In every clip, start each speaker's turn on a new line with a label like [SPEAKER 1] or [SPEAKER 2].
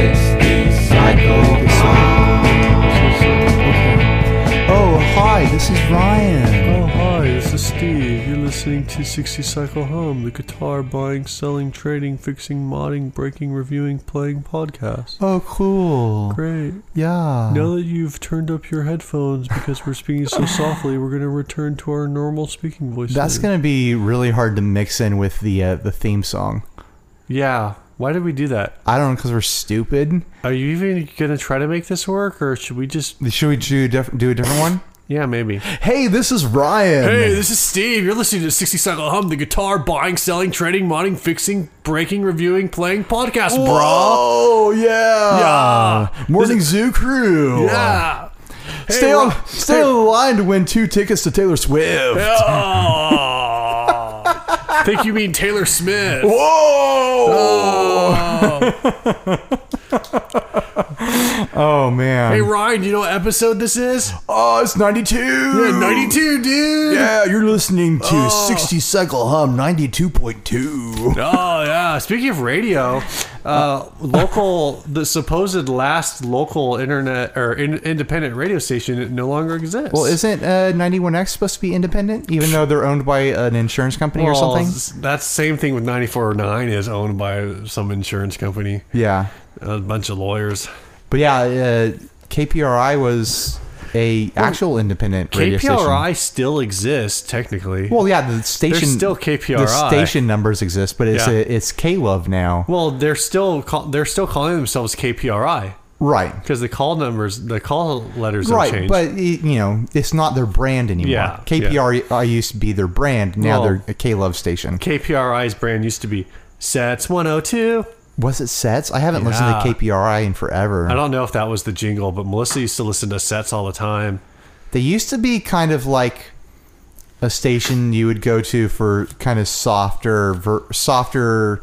[SPEAKER 1] Oh,
[SPEAKER 2] Oh, Steve. You're listening to 60 Cycle Home, the guitar buying, selling, trading, fixing, modding, breaking, reviewing, playing podcast.
[SPEAKER 1] Oh, cool.
[SPEAKER 2] Great.
[SPEAKER 1] Yeah.
[SPEAKER 2] Now that you've turned up your headphones because we're speaking so softly, we're going to return to our normal speaking voices.
[SPEAKER 1] That's going to be really hard to mix in with the uh, the theme song.
[SPEAKER 2] Yeah. Why did we do that?
[SPEAKER 1] I don't know because we're stupid.
[SPEAKER 2] Are you even going to try to make this work, or should we just?
[SPEAKER 1] Should we do, a diff- do a different one?
[SPEAKER 2] Yeah, maybe.
[SPEAKER 1] Hey, this is Ryan.
[SPEAKER 2] Hey, this is Steve. You're listening to 60 Cycle Hum, the guitar buying, selling, trading, modding, fixing, breaking, reviewing, playing podcast, bro.
[SPEAKER 1] Oh yeah.
[SPEAKER 2] Yeah.
[SPEAKER 1] Morning Zoo Crew.
[SPEAKER 2] Yeah.
[SPEAKER 1] stay
[SPEAKER 2] Hey,
[SPEAKER 1] on
[SPEAKER 2] Ro-
[SPEAKER 1] stay on the line to win two tickets to Taylor Swift.
[SPEAKER 2] Oh. Think you mean Taylor Smith?
[SPEAKER 1] Whoa.
[SPEAKER 2] Oh.
[SPEAKER 1] Oh
[SPEAKER 2] Hey
[SPEAKER 1] man.
[SPEAKER 2] Ryan, you know what episode this is?
[SPEAKER 1] oh, it's 92.
[SPEAKER 2] Yeah, 92, dude.
[SPEAKER 1] Yeah, you're listening to 60 Cycle Hum 92.2.
[SPEAKER 2] Oh yeah. Speaking of radio, uh, local, the supposed last local internet or in, independent radio station it no longer exists.
[SPEAKER 1] Well, isn't uh, 91X supposed to be independent, even though they're owned by an insurance company or
[SPEAKER 2] Well,
[SPEAKER 1] something?
[SPEAKER 2] s- That same thing with 949 is owned by some insurance company,
[SPEAKER 1] Yeah.
[SPEAKER 2] a bunch of lawyers.
[SPEAKER 1] But yeah, uh, KPRI was a actual independent radio station.
[SPEAKER 2] KPRI still exists technically. Well,
[SPEAKER 1] Well, yeah, the station
[SPEAKER 2] still KPRI.
[SPEAKER 1] The station numbers exist, but it's
[SPEAKER 2] Yeah.
[SPEAKER 1] a, it's K Love now,
[SPEAKER 2] they're still call, they're still calling themselves KPRI
[SPEAKER 1] right?
[SPEAKER 2] because the call numbers, the call letters have
[SPEAKER 1] Right,
[SPEAKER 2] changed.
[SPEAKER 1] but y- you know it's not their brand anymore.
[SPEAKER 2] Yeah,
[SPEAKER 1] KPRI used to be their brand. Now
[SPEAKER 2] Well-
[SPEAKER 1] they're a K Love station.
[SPEAKER 2] KPRI's brand used to be Sets 102.
[SPEAKER 1] Was it Sets? I haven't
[SPEAKER 2] Yeah.
[SPEAKER 1] listened to KPRI in forever.
[SPEAKER 2] I don't know if that was the jingle, but Melissa used to listen to Sets all the time.
[SPEAKER 1] They used to be kind of like a station you would go to for kind of softer, ver- softer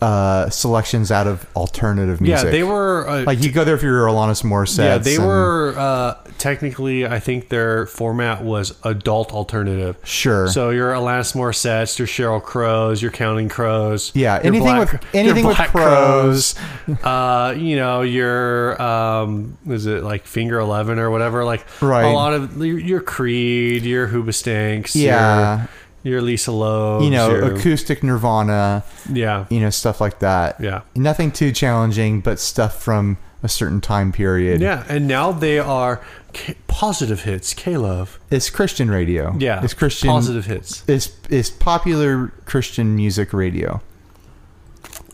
[SPEAKER 1] uh, selections out of alternative music.
[SPEAKER 2] Yeah, they were uh,
[SPEAKER 1] like you go there if you're Alanis Morissette.
[SPEAKER 2] Yeah, they
[SPEAKER 1] and-
[SPEAKER 2] were uh, technically. I think their format was adult alternative.
[SPEAKER 1] Sure.
[SPEAKER 2] So your Alanis Morissettes, your Cheryl Crows, your Counting Crows.
[SPEAKER 1] Yeah,
[SPEAKER 2] your
[SPEAKER 1] anything
[SPEAKER 2] Black-
[SPEAKER 1] with
[SPEAKER 2] your
[SPEAKER 1] anything with
[SPEAKER 2] Black
[SPEAKER 1] crows.
[SPEAKER 2] uh, you know your um, is it like Finger Eleven or whatever? Like
[SPEAKER 1] Right.
[SPEAKER 2] a lot of your, your Creed, your Hoobastanks.
[SPEAKER 1] Yeah.
[SPEAKER 2] Your, your Lisa Loeb.
[SPEAKER 1] You know,
[SPEAKER 2] your,
[SPEAKER 1] acoustic Nirvana.
[SPEAKER 2] yeah,
[SPEAKER 1] You know, stuff like that.
[SPEAKER 2] Yeah.
[SPEAKER 1] nothing too challenging, but stuff from a certain time period.
[SPEAKER 2] yeah. And now they are K- positive hits. K Love.
[SPEAKER 1] it's Christian radio.
[SPEAKER 2] Yeah,
[SPEAKER 1] it's Christian.
[SPEAKER 2] positive hits.
[SPEAKER 1] It's it's popular Christian music radio.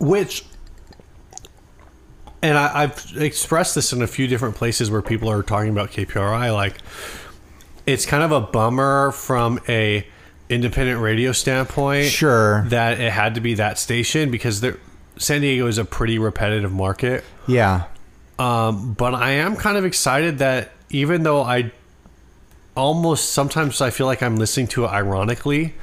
[SPEAKER 2] which and I, I've expressed this in a few different places where people are talking about KPRI. Like, it's kind of a bummer from a independent radio standpoint.
[SPEAKER 1] Sure.
[SPEAKER 2] that it had to be that station because there, San Diego is a pretty repetitive market.
[SPEAKER 1] Yeah,
[SPEAKER 2] Um, but I am kind of excited that even though I almost sometimes I feel like I'm listening to it ironically,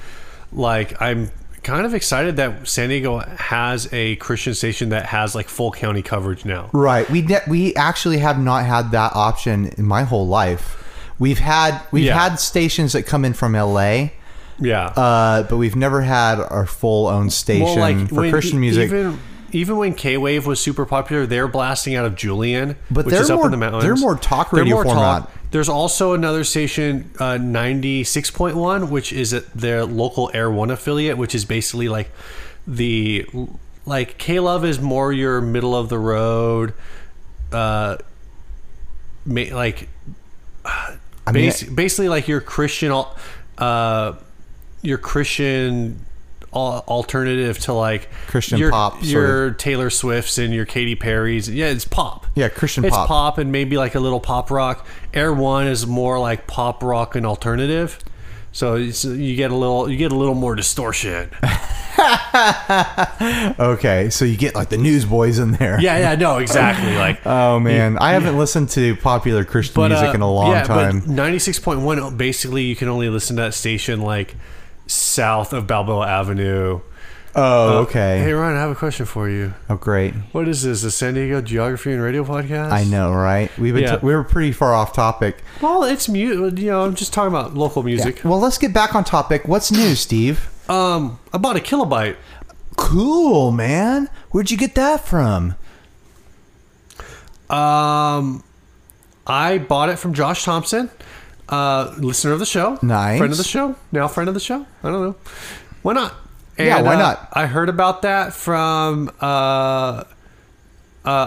[SPEAKER 2] like I'm kind of excited that San Diego has a Christian station that has like full county coverage now.
[SPEAKER 1] right. We ne- we actually have not had that option in my whole life. We've had we've
[SPEAKER 2] Yeah.
[SPEAKER 1] had stations that come in from L.A.
[SPEAKER 2] Yeah.
[SPEAKER 1] Uh, but we've never had our full own station for
[SPEAKER 2] when- e-
[SPEAKER 1] Christian music.
[SPEAKER 2] Even, even when K Wave was super popular, they're blasting out of Julian,
[SPEAKER 1] But
[SPEAKER 2] which
[SPEAKER 1] they're
[SPEAKER 2] is
[SPEAKER 1] more-
[SPEAKER 2] up in the mountains.
[SPEAKER 1] they're more talk radio format.
[SPEAKER 2] There's also another station, uh, 96.1, which is at their local Air One affiliate, which is basically like the like K Love is more your middle of the road, uh, ma- like
[SPEAKER 1] I mean,
[SPEAKER 2] basi- basically like your Christian, al- uh, your Christian al- alternative to like
[SPEAKER 1] Christian
[SPEAKER 2] your,
[SPEAKER 1] pop, sort
[SPEAKER 2] your Taylor Swifts and your Katy Perry's. Yeah, it's pop.
[SPEAKER 1] Yeah, Christian
[SPEAKER 2] it's
[SPEAKER 1] pop.
[SPEAKER 2] It's pop and maybe like a little pop rock. Air One is more like pop rock and alternative. So it's, you get a little, you get a little more distortion.
[SPEAKER 1] okay, so you get like the newsboys in there.
[SPEAKER 2] Yeah, yeah, no, exactly. Like
[SPEAKER 1] Oh man, I haven't listened to popular Christian music
[SPEAKER 2] uh,
[SPEAKER 1] in a long
[SPEAKER 2] yeah,
[SPEAKER 1] time.
[SPEAKER 2] But 96.1, basically, you can only listen to that station like south of Balboa Avenue.
[SPEAKER 1] oh,
[SPEAKER 2] Hey,
[SPEAKER 1] okay.
[SPEAKER 2] Ryan, I have a question for you.
[SPEAKER 1] oh, great.
[SPEAKER 2] What is this, the San Diego Geography and Radio Podcast?
[SPEAKER 1] I know, right? We've been
[SPEAKER 2] Yeah.
[SPEAKER 1] t- we were pretty far off topic.
[SPEAKER 2] Well, it's mute. You know, I'm just talking about local music.
[SPEAKER 1] Well, let's get back on topic. What's new, Steve?
[SPEAKER 2] Um, I bought a kilobyte.
[SPEAKER 1] Cool, man. Where'd you get that from?
[SPEAKER 2] Um, I bought it from Josh Thompson. uh, listener of the show,
[SPEAKER 1] Nice.
[SPEAKER 2] friend of the show, now friend of the show. I don't know. Why not?
[SPEAKER 1] Yeah, why
[SPEAKER 2] uh,
[SPEAKER 1] not?
[SPEAKER 2] I heard about that from. Uh, uh,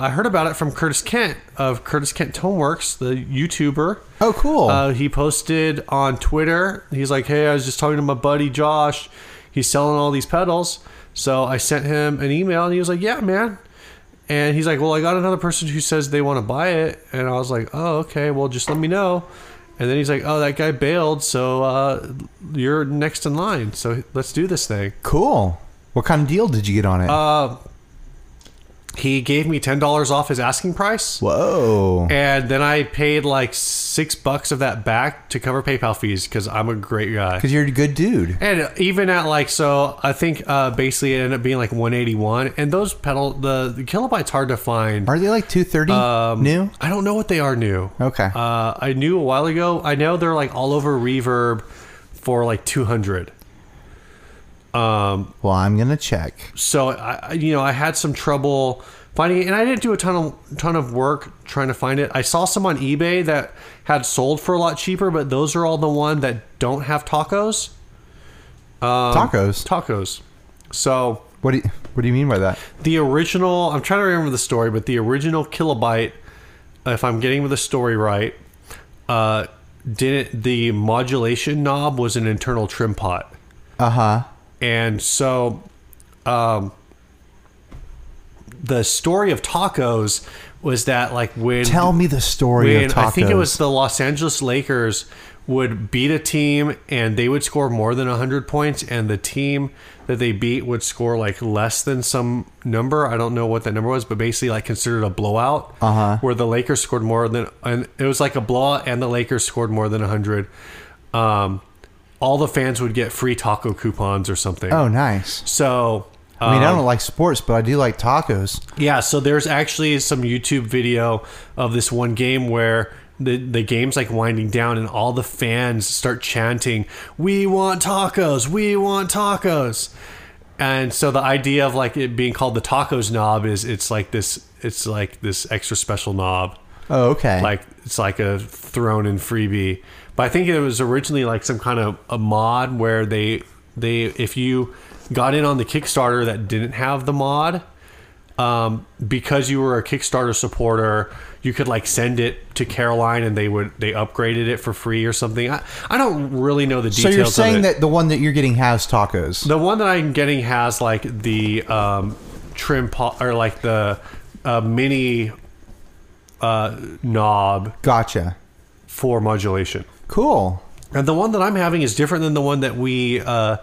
[SPEAKER 2] I heard about it from Curtis Kent of Curtis Kent Toneworks, the YouTuber.
[SPEAKER 1] Oh, cool.
[SPEAKER 2] Uh, he posted on Twitter. He's like, "Hey, I was just talking to my buddy Josh. He's selling all these pedals." So I sent him an email, and he was like, "Yeah, man." And he's like, "Well, I got another person who says they want to buy it," and I was like, "Oh, okay. Well, just let me know." And then he's like, "Oh, that guy bailed, so uh, you're next in line. So let's do this thing."
[SPEAKER 1] cool. What kind of deal did you get on it?
[SPEAKER 2] uh, He gave me ten dollars off his asking price.
[SPEAKER 1] Whoa.
[SPEAKER 2] And then I paid like six bucks of that back to cover PayPal fees because I'm a great guy.
[SPEAKER 1] Because you're a good dude.
[SPEAKER 2] And even at like so, I think uh, basically it ended up being like 181. And those pedal the, the kilobytes hard to find.
[SPEAKER 1] Are Oh. they like 230 new?
[SPEAKER 2] I don't know what they are new.
[SPEAKER 1] Okay.
[SPEAKER 2] Um, Uh, I knew a while ago. I know they're like all over reverb for like 200.
[SPEAKER 1] Well, I'm going to check.
[SPEAKER 2] So I, I- you know, I had some trouble finding it, and I didn't do a ton of ton of work trying to find it. I saw some on eBay that had sold for a lot cheaper, but those are all the one that don't have tacos. um,
[SPEAKER 1] Tacos.
[SPEAKER 2] Tacos. So
[SPEAKER 1] what do you, What do you mean by that?
[SPEAKER 2] the original i'm trying to remember the story but the original kilobyte if i'm getting the story right uh didn't the modulation knob was an internal trim pot
[SPEAKER 1] Uh huh.
[SPEAKER 2] and so um the story of tacos was that like when
[SPEAKER 1] Tell me the story
[SPEAKER 2] when
[SPEAKER 1] of tacos.
[SPEAKER 2] I think it was the Los Angeles Lakers would beat a team and they would score more than 100 points and the team that they beat would score like less than some number i don't know what that number was but basically like considered a blowout
[SPEAKER 1] Uh-huh.
[SPEAKER 2] where the lakers scored more than and it was like a blowout and the lakers scored more than 100 um, all the fans would get free taco coupons or something
[SPEAKER 1] Oh, nice.
[SPEAKER 2] so
[SPEAKER 1] I mean, I
[SPEAKER 2] um,
[SPEAKER 1] don't like sports, but I do like tacos.
[SPEAKER 2] yeah, so there's actually some YouTube video of this one game where the the game's like winding down and all the fans start chanting, "We want tacos! We want tacos!" And so the idea of like it being called the tacos knob is it's like this it's like this extra special knob
[SPEAKER 1] Oh, okay.
[SPEAKER 2] like it's like a thrown in freebie. But I think it was originally like some kind of a mod where they they if you got in on the Kickstarter that didn't have the mod, um, because you were a Kickstarter supporter, you could like send it to Caroline and they would they upgraded it for free or something. I, I don't really know the
[SPEAKER 1] so
[SPEAKER 2] details.
[SPEAKER 1] you're
[SPEAKER 2] of it.
[SPEAKER 1] saying that the one that you're getting has tacos?
[SPEAKER 2] The one that I'm getting has like the um, trim pot or like the uh, mini uh, knob
[SPEAKER 1] Gotcha.
[SPEAKER 2] for modulation.
[SPEAKER 1] Cool.
[SPEAKER 2] And the one that I'm having is different than the one that we uh,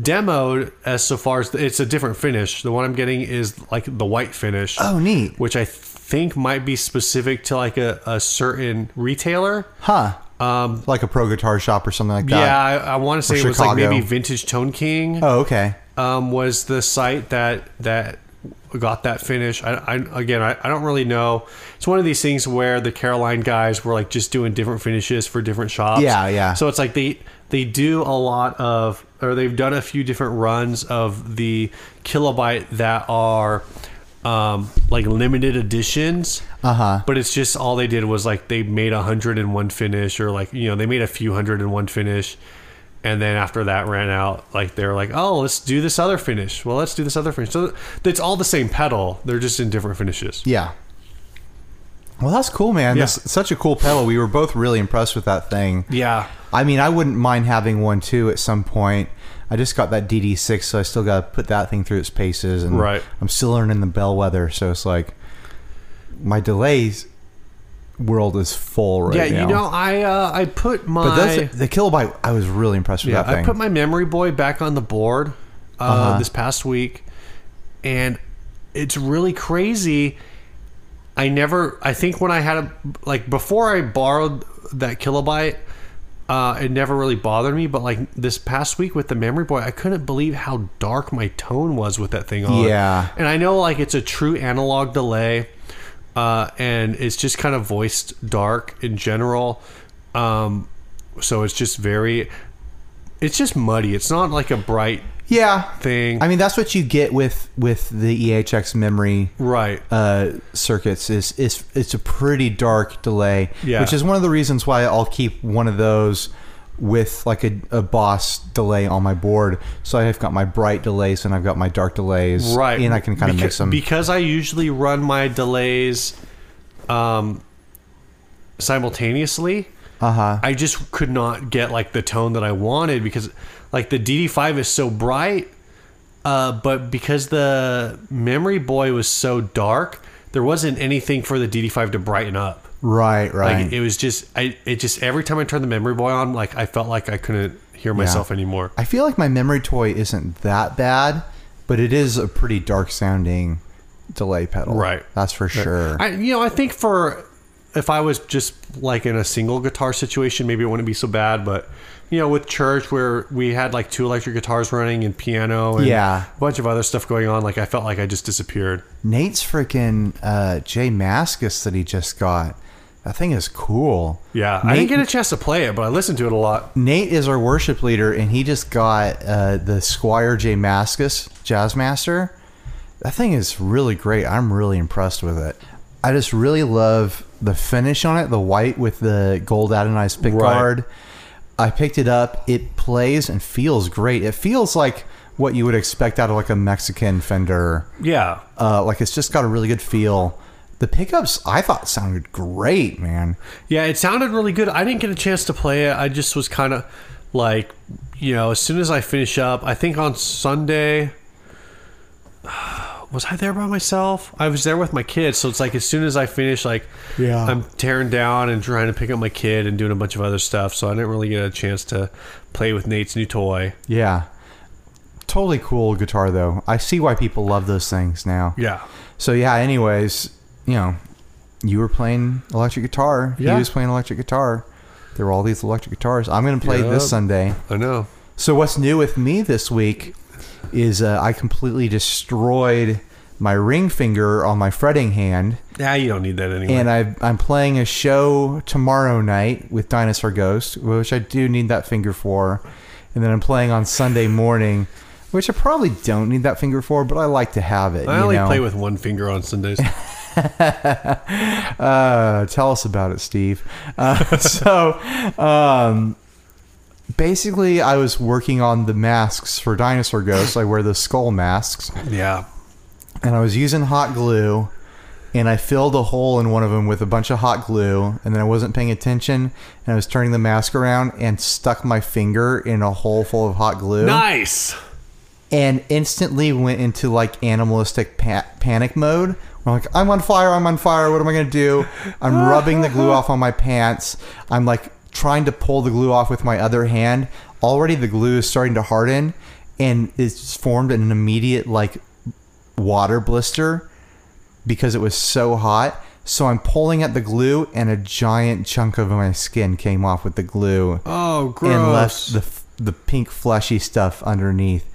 [SPEAKER 2] demoed. As so far as it's a different finish. The one I'm getting is like the white finish.
[SPEAKER 1] Oh, neat.
[SPEAKER 2] Which I think might be specific to like a, a certain retailer.
[SPEAKER 1] Huh. Um, like a pro guitar shop or something like that.
[SPEAKER 2] Yeah, I, I want to say it was like
[SPEAKER 1] Chicago.
[SPEAKER 2] maybe Vintage Tone King
[SPEAKER 1] Oh, okay.
[SPEAKER 2] um, was the site that that got that finish. I, I again, I, I don't really know. It's one of these things where the Caroline guys were like just doing different finishes for different shops.
[SPEAKER 1] Yeah, yeah.
[SPEAKER 2] So it's like they they do a lot of, or they've done a few different runs of the kilobyte that are. Um, like limited editions,
[SPEAKER 1] Uh-huh.
[SPEAKER 2] But it's just all they did was like they made a hundred and one finish, or like you know they made a few hundred and one finish, and then after that ran out, like they were like, oh, let's do this other finish. Well, let's do this other finish. So it's all the same pedal. They're just in different finishes.
[SPEAKER 1] Yeah. Well, that's cool, man.
[SPEAKER 2] Yeah.
[SPEAKER 1] That's such a cool pedal. We were both really impressed with that thing.
[SPEAKER 2] Yeah.
[SPEAKER 1] I mean, I wouldn't mind having one too at some point. I just got that DD6, so I still got to put that thing through its paces, and
[SPEAKER 2] Right.
[SPEAKER 1] I'm still learning the bellwether. So it's like my delays world is full right
[SPEAKER 2] Yeah.
[SPEAKER 1] now.
[SPEAKER 2] You know, I uh, I put my
[SPEAKER 1] but that's, the kilobyte, I was really impressed with
[SPEAKER 2] yeah
[SPEAKER 1] that
[SPEAKER 2] I
[SPEAKER 1] thing.
[SPEAKER 2] put my memory boy back on the board uh, this past week, and it's really crazy. I never. I think when I had a like before I borrowed that kilobyte, uh, it never really bothered me. But like this past week with the memory boy, I couldn't believe how dark my tone was with that thing on.
[SPEAKER 1] Yeah.
[SPEAKER 2] and I know like it's a true analog delay, uh, and it's just kind of voiced dark in general. Um, so it's just very it's just muddy. It's not like a bright
[SPEAKER 1] Yeah.
[SPEAKER 2] thing.
[SPEAKER 1] I mean, that's what you get with with the EHX memory
[SPEAKER 2] right.
[SPEAKER 1] uh, circuits. Is is it's a pretty dark delay,
[SPEAKER 2] Yeah.
[SPEAKER 1] which is one of the reasons why I'll keep one of those with like a, a boss delay on my board. So I've got my bright delays and I've got my dark delays,
[SPEAKER 2] right.
[SPEAKER 1] And I can kind of
[SPEAKER 2] Beca-
[SPEAKER 1] mix them.
[SPEAKER 2] because I usually run my delays um, simultaneously.
[SPEAKER 1] Uh huh.
[SPEAKER 2] I just could not get like the tone that I wanted because like the DD5 is so bright, uh, but because the Memory Boy was so dark, there wasn't anything for the DD5 to brighten up.
[SPEAKER 1] Right. Right.
[SPEAKER 2] Like it was just I it just every time I turned the Memory Boy on, like I felt like I couldn't hear myself anymore.
[SPEAKER 1] I feel like my memory toy isn't that bad, but it is a pretty dark sounding delay pedal.
[SPEAKER 2] Right.
[SPEAKER 1] That's for sure.
[SPEAKER 2] I you know I think for if I was just like in a single guitar situation, maybe it wouldn't be so bad. But you know, with church where we had like two electric guitars running and piano and
[SPEAKER 1] Yeah.
[SPEAKER 2] a bunch of other stuff going on, like I felt like I just disappeared.
[SPEAKER 1] Nate's freaking uh, J Maskus that he just got. That thing is cool.
[SPEAKER 2] Yeah, I
[SPEAKER 1] Nate,
[SPEAKER 2] didn't get a chance to play it, but I listened to it a lot.
[SPEAKER 1] Nate is our worship leader, and he just got uh, the Squire J Maskus Jazz Master. That thing is really great. I'm really impressed with it. I just really love the finish on it, the white with the gold adenized pick
[SPEAKER 2] Right.
[SPEAKER 1] guard. I picked it up. It plays and feels great. It feels like what you would expect out of like a Mexican Fender.
[SPEAKER 2] Yeah,
[SPEAKER 1] Uh, like it's just got a really good feel. The pickups I thought sounded great, man.
[SPEAKER 2] yeah, it sounded really good. I didn't get a chance to play it. I just was kind of like, you know, as soon as I finish up, I think on Sunday. Was I there by myself? I was there with my kids, so it's like as soon as I finish, like
[SPEAKER 1] Yeah.
[SPEAKER 2] I'm tearing down and trying to pick up my kid and doing a bunch of other stuff. So I didn't really get a chance to play with Nate's new toy.
[SPEAKER 1] Yeah. Totally cool guitar though. I see why people love those things now.
[SPEAKER 2] Yeah,
[SPEAKER 1] So yeah, anyways, you know, you were playing electric guitar.
[SPEAKER 2] Yeah.
[SPEAKER 1] He was playing electric guitar. There were all these electric guitars. I'm going to play
[SPEAKER 2] Yep.
[SPEAKER 1] this Sunday.
[SPEAKER 2] I know.
[SPEAKER 1] So what's new with me this week is uh, I completely destroyed my ring finger on my fretting hand.
[SPEAKER 2] Yeah, you don't need that anyway.
[SPEAKER 1] And I, I'm playing a show tomorrow night with Dinosaur Ghost, which I do need that finger for. And then I'm playing on Sunday morning, which I probably don't need that finger for, but I like to have it.
[SPEAKER 2] I
[SPEAKER 1] you
[SPEAKER 2] only
[SPEAKER 1] know?
[SPEAKER 2] play with one finger on Sundays.
[SPEAKER 1] uh, tell us about it, Steve. Uh, so, um, basically, I was working on the masks for Dinosaur Ghost. I wear the skull masks,
[SPEAKER 2] yeah.
[SPEAKER 1] and I was using hot glue, and I filled a hole in one of them with a bunch of hot glue, and then I wasn't paying attention, and I was turning the mask around and stuck my finger in a hole full of hot glue,
[SPEAKER 2] Nice.
[SPEAKER 1] and instantly went into like animalistic pa- panic mode. I'm like, I'm on fire, I'm on fire, what am I gonna do? I'm rubbing the glue off on my pants. I'm like trying to pull the glue off with my other hand. Already the glue is starting to harden and it's formed an immediate like water blister because it was so hot. So I'm pulling at the glue and a giant chunk of my skin came off with the glue
[SPEAKER 2] Oh, gross.
[SPEAKER 1] and left the f- the pink fleshy stuff underneath.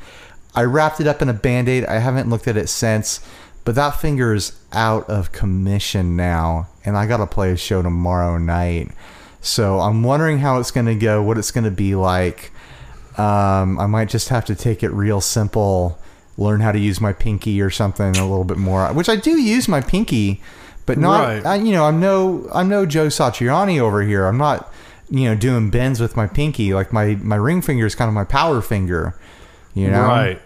[SPEAKER 1] I wrapped it up in a band-aid. I haven't looked at it since, but that finger is out of commission now, and I got to play a show tomorrow night. So I'm wondering how it's going to go, what it's going to be like. Um, I might just have to take it real simple, learn how to use my pinky or something a little bit more, which I do use my pinky, but not
[SPEAKER 2] Right.
[SPEAKER 1] I, you know, I'm no, I'm no Joe Satriani over here. I'm not, you know, doing bends with my pinky. Like my my ring finger is kind of my power finger, you know.
[SPEAKER 2] Right.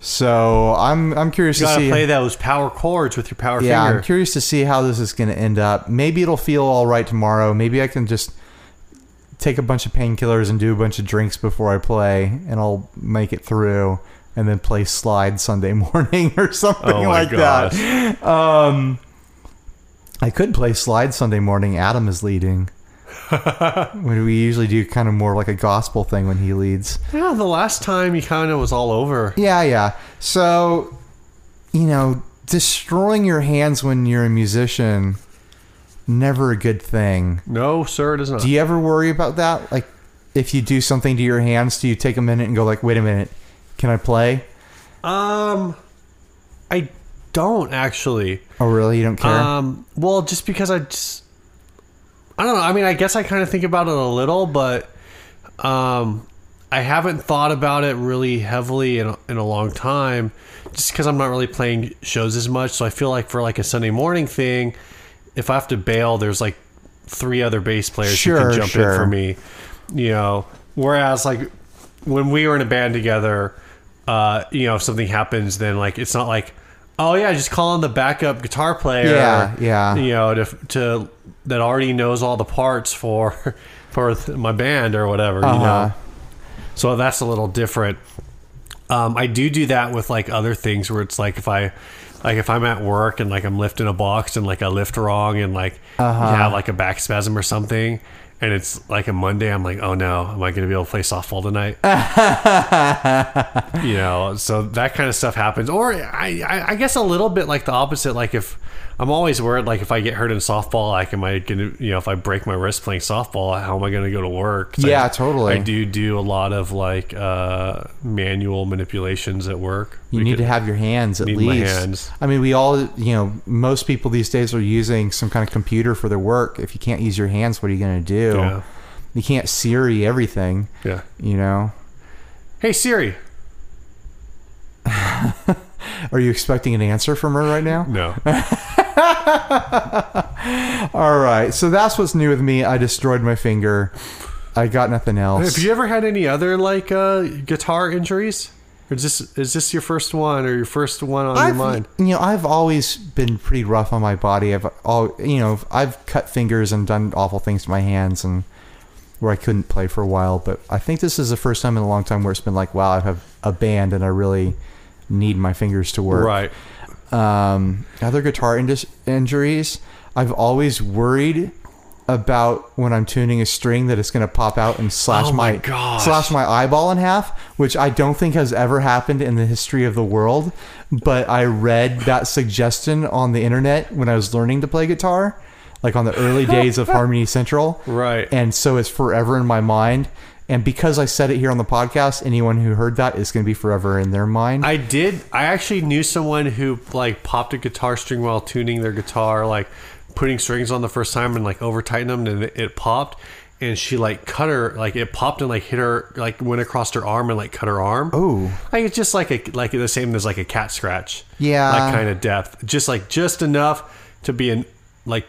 [SPEAKER 1] So I'm I'm curious
[SPEAKER 2] You
[SPEAKER 1] to
[SPEAKER 2] gotta
[SPEAKER 1] see.
[SPEAKER 2] play those power chords with your power
[SPEAKER 1] yeah, I'm
[SPEAKER 2] finger.
[SPEAKER 1] curious to see how this is going to end up. Maybe it'll feel all right tomorrow. Maybe I can just take a bunch of painkillers and do a bunch of drinks before I play, and I'll make it through, and then play slide Sunday morning or something
[SPEAKER 2] Oh my
[SPEAKER 1] like
[SPEAKER 2] gosh.
[SPEAKER 1] that. Um, I could play slide Sunday morning. Adam is leading. when we usually do kind of more like a gospel thing when he leads.
[SPEAKER 2] Yeah, the last time he kind of was all over.
[SPEAKER 1] Yeah, yeah. So, you know, destroying your hands when you're a musician, never a good thing.
[SPEAKER 2] No, sir, it is not.
[SPEAKER 1] Do you ever worry about that? Like, if you do something to your hands, do you take a minute and go like, "Wait a minute, can I play?"
[SPEAKER 2] um, I don't actually.
[SPEAKER 1] Oh, really? You don't care?
[SPEAKER 2] Um, well, just because I just, I don't know. I mean, I guess I kind of think about it a little, but um, I haven't thought about it really heavily in, in a long time, just because I'm not really playing shows as much. So I feel like for like a Sunday morning thing, if I have to bail, there's like three other bass players who
[SPEAKER 1] Sure,
[SPEAKER 2] can jump
[SPEAKER 1] sure.
[SPEAKER 2] in for me, you know. Whereas like when we were in a band together, uh, you know, if something happens, then like it's not like, oh yeah, just call in the backup guitar player,
[SPEAKER 1] Yeah, yeah.
[SPEAKER 2] you know, to, to that already knows all the parts for for th- my band or whatever, you
[SPEAKER 1] Uh-huh.
[SPEAKER 2] know. So that's a little different. Um, I do do that with like other things where it's like if I like if I'm at work and like I'm lifting a box and like I lift wrong and like
[SPEAKER 1] Uh-huh.
[SPEAKER 2] you have like a back spasm or something and it's like a Monday I'm like oh no am I going to be able to play softball tonight you know so that kind of stuff happens or I, I I guess a little bit like the opposite like if I'm always worried like if I get hurt in softball like am I going to you know if I break my wrist playing softball how am I going to go to work 'Cause I-
[SPEAKER 1] Yeah, totally.
[SPEAKER 2] I do do a lot of like uh, manual manipulations at work
[SPEAKER 1] You need to have your hands at
[SPEAKER 2] need my
[SPEAKER 1] least.
[SPEAKER 2] hands.
[SPEAKER 1] I mean, we all, you know, most people these days are using some kind of computer for their work. If you can't use your hands, what are you going to do?
[SPEAKER 2] Yeah.
[SPEAKER 1] You can't Siri everything,
[SPEAKER 2] yeah
[SPEAKER 1] you know?
[SPEAKER 2] hey Siri
[SPEAKER 1] Are you expecting an answer from her right now?
[SPEAKER 2] no
[SPEAKER 1] All right. So that's what's new with me. I destroyed my finger. I got nothing else.
[SPEAKER 2] Have you ever had any other like uh, guitar injuries? Or is this is this your first one or your first one on
[SPEAKER 1] I've,
[SPEAKER 2] your mind?
[SPEAKER 1] You know, I've always been pretty rough on my body. I've all, you know, I've cut fingers and done awful things to my hands and where I couldn't play for a while. But I think this is the first time in a long time where it's been like, wow, I have a band and I really need my fingers to work.
[SPEAKER 2] Right.
[SPEAKER 1] Um, other guitar indus- injuries, I've always worried about when I'm tuning a string that it's going to pop out and slash
[SPEAKER 2] Oh my gosh.
[SPEAKER 1] slash my eyeball in half, which I don't think has ever happened in the history of the world. But I read that suggestion on the internet when I was learning to play guitar, like on the early days of Harmony Central.
[SPEAKER 2] Right.
[SPEAKER 1] And so it's forever in my mind. And because I said it here on the podcast, anyone who heard that is going to be forever in their mind.
[SPEAKER 2] I did I actually knew someone who like popped a guitar string while tuning their guitar, like putting strings on the first time and like over tightened them and it, it popped and she like cut her like it popped and like hit her like went across her arm and like cut her arm.
[SPEAKER 1] Ooh.
[SPEAKER 2] Like it's just like a like the same as like a cat scratch.
[SPEAKER 1] Yeah.
[SPEAKER 2] Like kind of depth. Just like just enough to be an like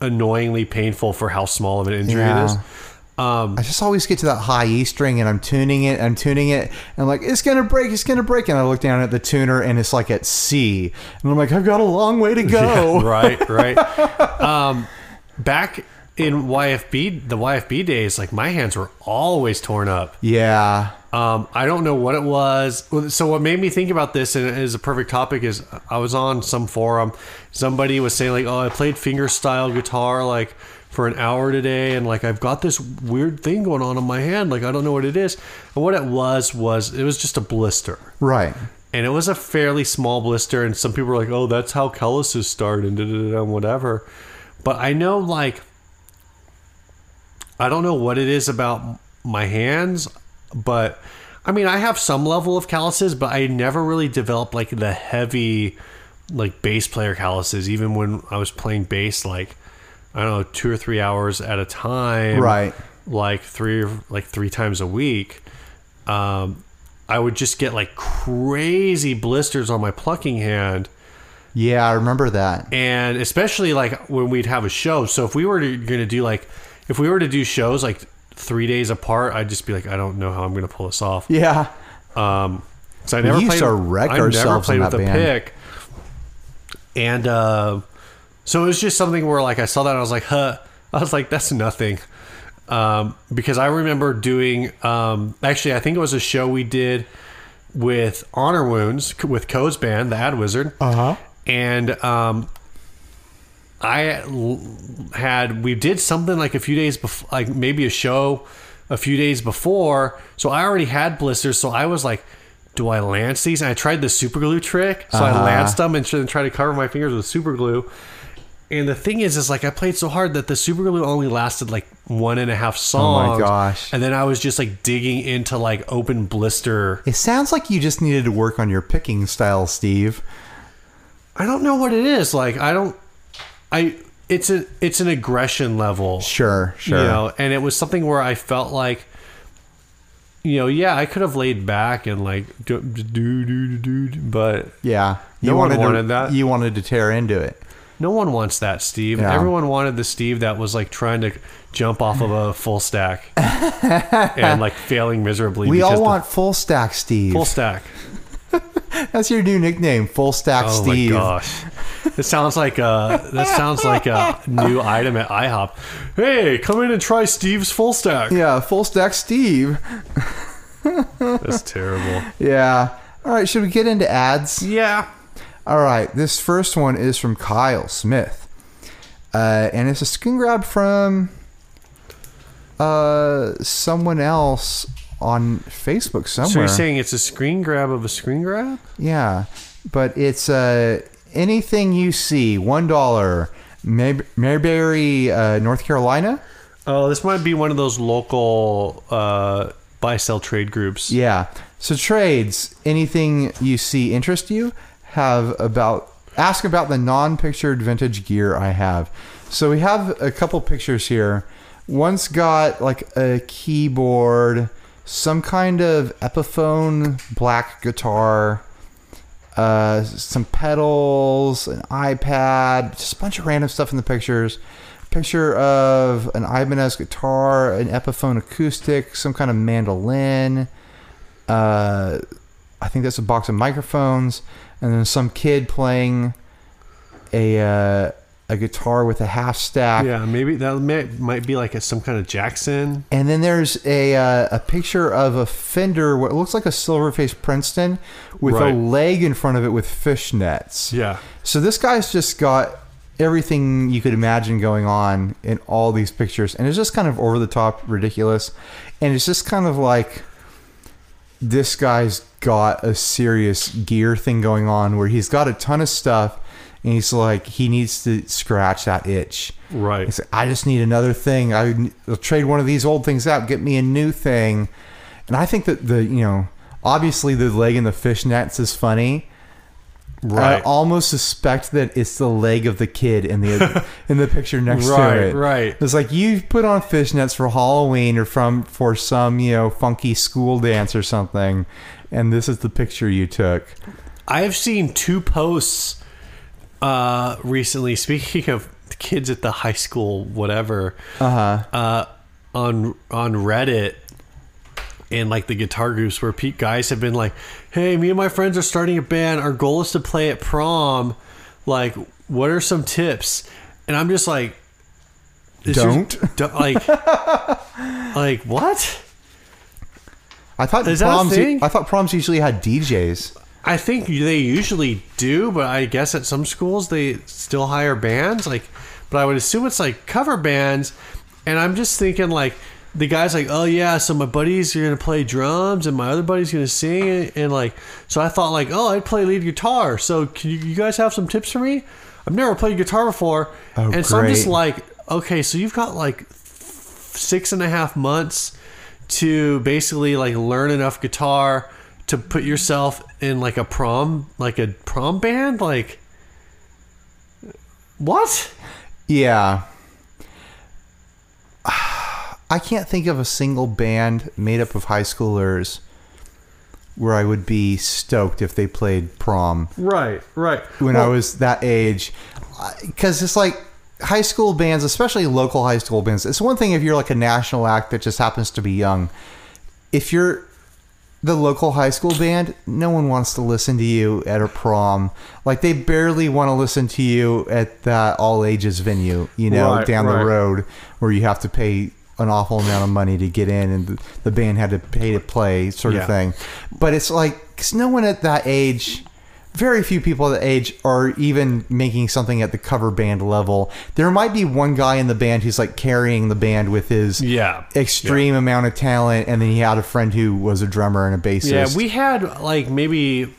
[SPEAKER 2] annoyingly painful for how small of an injury
[SPEAKER 1] Yeah.
[SPEAKER 2] it is.
[SPEAKER 1] I just always get to that high E string and I'm tuning it, I'm tuning it, and like, it's gonna break, it's gonna break. And I look down at the tuner and it's like at C. And I'm like, I've got a long way to go.
[SPEAKER 2] right, right. um, back in YFB, the YFB days, like my hands were always torn up.
[SPEAKER 1] Yeah.
[SPEAKER 2] Um, I don't know what it was. So what made me think about this and it is a perfect topic is I was on some forum. Somebody was saying like, "Oh, I played finger style guitar like for an hour today, and like I've got this weird thing going on in my hand. Like I don't know what it is." And what it was was it was just a blister
[SPEAKER 1] Right.
[SPEAKER 2] and it was a fairly small blister and some people were like oh that's how calluses start and da, da, da, da, and whatever but i know like i don't know what it is about my hands but i mean i have some level of calluses but i never really developed like the heavy like bass player calluses even when i was playing bass like i don't know two or three hours at a time
[SPEAKER 1] Right.
[SPEAKER 2] like three like three times a week um, I would just get like crazy blisters on my plucking hand,
[SPEAKER 1] Yeah, I remember that.
[SPEAKER 2] and especially like when we'd have a show. So if we were to, gonna do like, if we were to do shows like three days apart, I'd just be like, I don't know how I'm gonna pull this off.
[SPEAKER 1] Yeah.
[SPEAKER 2] Um, so I never
[SPEAKER 1] used
[SPEAKER 2] played.
[SPEAKER 1] to wreck
[SPEAKER 2] I never
[SPEAKER 1] ourselves
[SPEAKER 2] played
[SPEAKER 1] in
[SPEAKER 2] with
[SPEAKER 1] that
[SPEAKER 2] a
[SPEAKER 1] band.
[SPEAKER 2] pick, and uh, so it was just something where like I saw that and I was like, huh. I was like, that's nothing, um, because I remember doing. Um, actually, I think it was a show we did with Honor Wounds c- with Code's band, the Ad Wizard,
[SPEAKER 1] Uh huh.
[SPEAKER 2] and um, I l- had we did something like a few days before, like maybe a show a few days before. So I already had blisters. So I was like, "Do I lance these?" And I tried the super glue trick. So I lanced them and then tried to cover my fingers with super glue. And the thing is, is like I played so hard that the super glue only lasted like one and a half songs.
[SPEAKER 1] gosh.
[SPEAKER 2] And then I was just like digging into like open blister.
[SPEAKER 1] It sounds like you just needed to work on your picking style, Steve.
[SPEAKER 2] I don't know what it is. Like I don't. I it's a it's an aggression level.
[SPEAKER 1] Sure, sure.
[SPEAKER 2] You know, and it was something where I felt like you know, yeah, I could have laid back and like do do do do, do but
[SPEAKER 1] Yeah. You
[SPEAKER 2] No one
[SPEAKER 1] wanted to-
[SPEAKER 2] wanted that.
[SPEAKER 1] You wanted to tear into it.
[SPEAKER 2] no one wants that Steve.
[SPEAKER 1] Yeah.
[SPEAKER 2] Everyone wanted the Steve that was like trying to jump off of a full stack and like failing miserably.
[SPEAKER 1] We
[SPEAKER 2] because
[SPEAKER 1] all
[SPEAKER 2] the
[SPEAKER 1] want full stack Steve.
[SPEAKER 2] full stack.
[SPEAKER 1] That's your new nickname, full stack
[SPEAKER 2] Oh
[SPEAKER 1] Steve.
[SPEAKER 2] my gosh. It sounds like a that sounds like a new item at IHOP. Hey, come in and try Steve's full stack.
[SPEAKER 1] Yeah, full stack Steve.
[SPEAKER 2] That's terrible.
[SPEAKER 1] Yeah. All right, should we get into ads?
[SPEAKER 2] Yeah.
[SPEAKER 1] All right, this first one is from Kyle Smith. Uh, and it's a screen grab from uh, someone else on Facebook somewhere.
[SPEAKER 2] So you're saying it's a screen grab of a screen grab?
[SPEAKER 1] Yeah, but it's uh, anything you see, one dollar, Mayb- Mayberry, uh, North Carolina.
[SPEAKER 2] Oh, this might be one of those local uh, buy sell trade groups.
[SPEAKER 1] Yeah. So trades, anything you see interest you, have about ask about the non-pictured vintage gear I have. So we have a couple pictures here. One's got like a keyboard, some kind of Epiphone black guitar, uh, some pedals, an iPad, just a bunch of random stuff in the pictures. Picture of an Ibanez guitar, an Epiphone acoustic, some kind of mandolin. Uh, I think that's a box of microphones, and then some kid playing a uh, a guitar with a half stack.
[SPEAKER 2] Yeah, maybe that may, might be like a, some kind of Jackson.
[SPEAKER 1] And then there's a uh, a picture of a Fender, what looks like a Silverface Princeton, with
[SPEAKER 2] Right.
[SPEAKER 1] a leg in front of it with fishnets.
[SPEAKER 2] Yeah.
[SPEAKER 1] So this guy's just got everything you could imagine going on in all these pictures, and it's just kind of over the top, ridiculous, and it's just kind of like this guy's got a serious gear thing going on where he's got a ton of stuff, and he's like he needs to scratch that itch.
[SPEAKER 2] Right.
[SPEAKER 1] He's like, I just need another thing. I, will trade one of these old things out, get me a new thing. And I think that the, you know, obviously the leg in the fishnets is funny. I
[SPEAKER 2] Right.
[SPEAKER 1] almost suspect that it's the leg of the kid in the in the picture next
[SPEAKER 2] Right,
[SPEAKER 1] to it.
[SPEAKER 2] right.
[SPEAKER 1] It's like you put on fishnets for Halloween or from for some, you know, funky school dance or something. And this is the picture you took.
[SPEAKER 2] I've seen two posts uh, recently. Speaking of kids at the high school, whatever,
[SPEAKER 1] Uh-huh.
[SPEAKER 2] uh, on on Reddit and like the guitar groups where pe- guys have been like, "Hey, me and my friends are starting a band. Our goal is to play at prom. Like, what are some tips?" And I'm just like, it's
[SPEAKER 1] Don't.
[SPEAKER 2] just- don't- like, like what?
[SPEAKER 1] I thought
[SPEAKER 2] Is that a
[SPEAKER 1] proms
[SPEAKER 2] thing?
[SPEAKER 1] I thought proms usually had DJs.
[SPEAKER 2] I think they usually do, but I guess at some schools they still hire bands. Like, but I would assume it's like cover bands. And I'm just thinking like the guy's like, oh yeah, so my buddies are gonna play drums and my other buddy's gonna sing, and like, so I thought like, oh, I play lead guitar. So can you, you guys have some tips for me? I've never played guitar before,
[SPEAKER 1] Oh,
[SPEAKER 2] and so I'm just
[SPEAKER 1] great.
[SPEAKER 2] like, okay, so you've got like six and a half months to basically like learn enough guitar to put yourself in like a prom like a prom band like what
[SPEAKER 1] Yeah. I can't think of a single band made up of high schoolers where I would be stoked if they played prom
[SPEAKER 2] right right
[SPEAKER 1] when I was that age. Because it's like high school bands, especially local high school bands, it's one thing if you're like a national act that just happens to be young. If you're the local high school band, no one wants to listen to you at a prom. Like they barely want to listen to you at that all ages venue, you know,
[SPEAKER 2] Right,
[SPEAKER 1] down
[SPEAKER 2] right.
[SPEAKER 1] the road where you have to pay an awful amount of money to get in and the- the band had to pay to play sort
[SPEAKER 2] Yeah.
[SPEAKER 1] of thing. But it's like cuz no one at that age very few people at that age are even making something at the cover band level. There might be one guy in the band who's like carrying the band with his
[SPEAKER 2] yeah
[SPEAKER 1] extreme amount of talent, and then he had a friend who was a drummer and a bassist.
[SPEAKER 2] yeah we had like maybe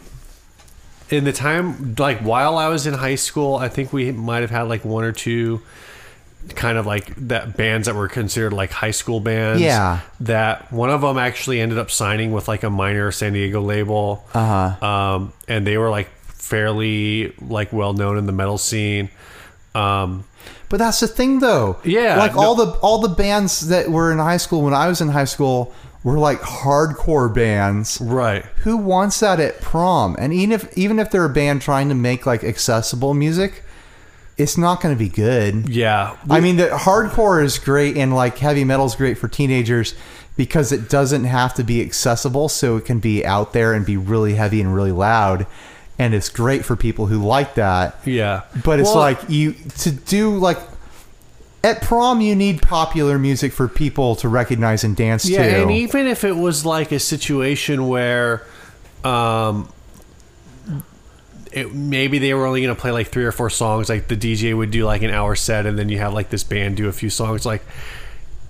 [SPEAKER 2] in the time like while i was in high school i think we might have had like one or two kind of like that bands that were considered like high school bands
[SPEAKER 1] Yeah.
[SPEAKER 2] that one of them actually ended up signing with like a minor san diego label
[SPEAKER 1] Uh-huh.
[SPEAKER 2] um, and they were like fairly like well known in the metal scene um,
[SPEAKER 1] but that's the thing, though.
[SPEAKER 2] Yeah,
[SPEAKER 1] like
[SPEAKER 2] no-
[SPEAKER 1] all the all the bands that were in high school when I was in high school were like hardcore bands.
[SPEAKER 2] Right.
[SPEAKER 1] Who wants that at prom? And even if even if they're a band trying to make like accessible music, it's not going to be good.
[SPEAKER 2] Yeah.
[SPEAKER 1] I mean, the hardcore is great and like heavy metal is great for teenagers because it doesn't have to be accessible, so it can be out there and be really heavy and really loud, and it's great for people who like that.
[SPEAKER 2] Yeah.
[SPEAKER 1] But it's
[SPEAKER 2] Well,
[SPEAKER 1] like you to do like at prom you need popular music for people to recognize and dance
[SPEAKER 2] Yeah,
[SPEAKER 1] to.
[SPEAKER 2] and e- even if it was like a situation where, um, it, maybe they were only going to play like three or four songs. Like the DJ would do like an hour set, and then you have like this band do a few songs. Like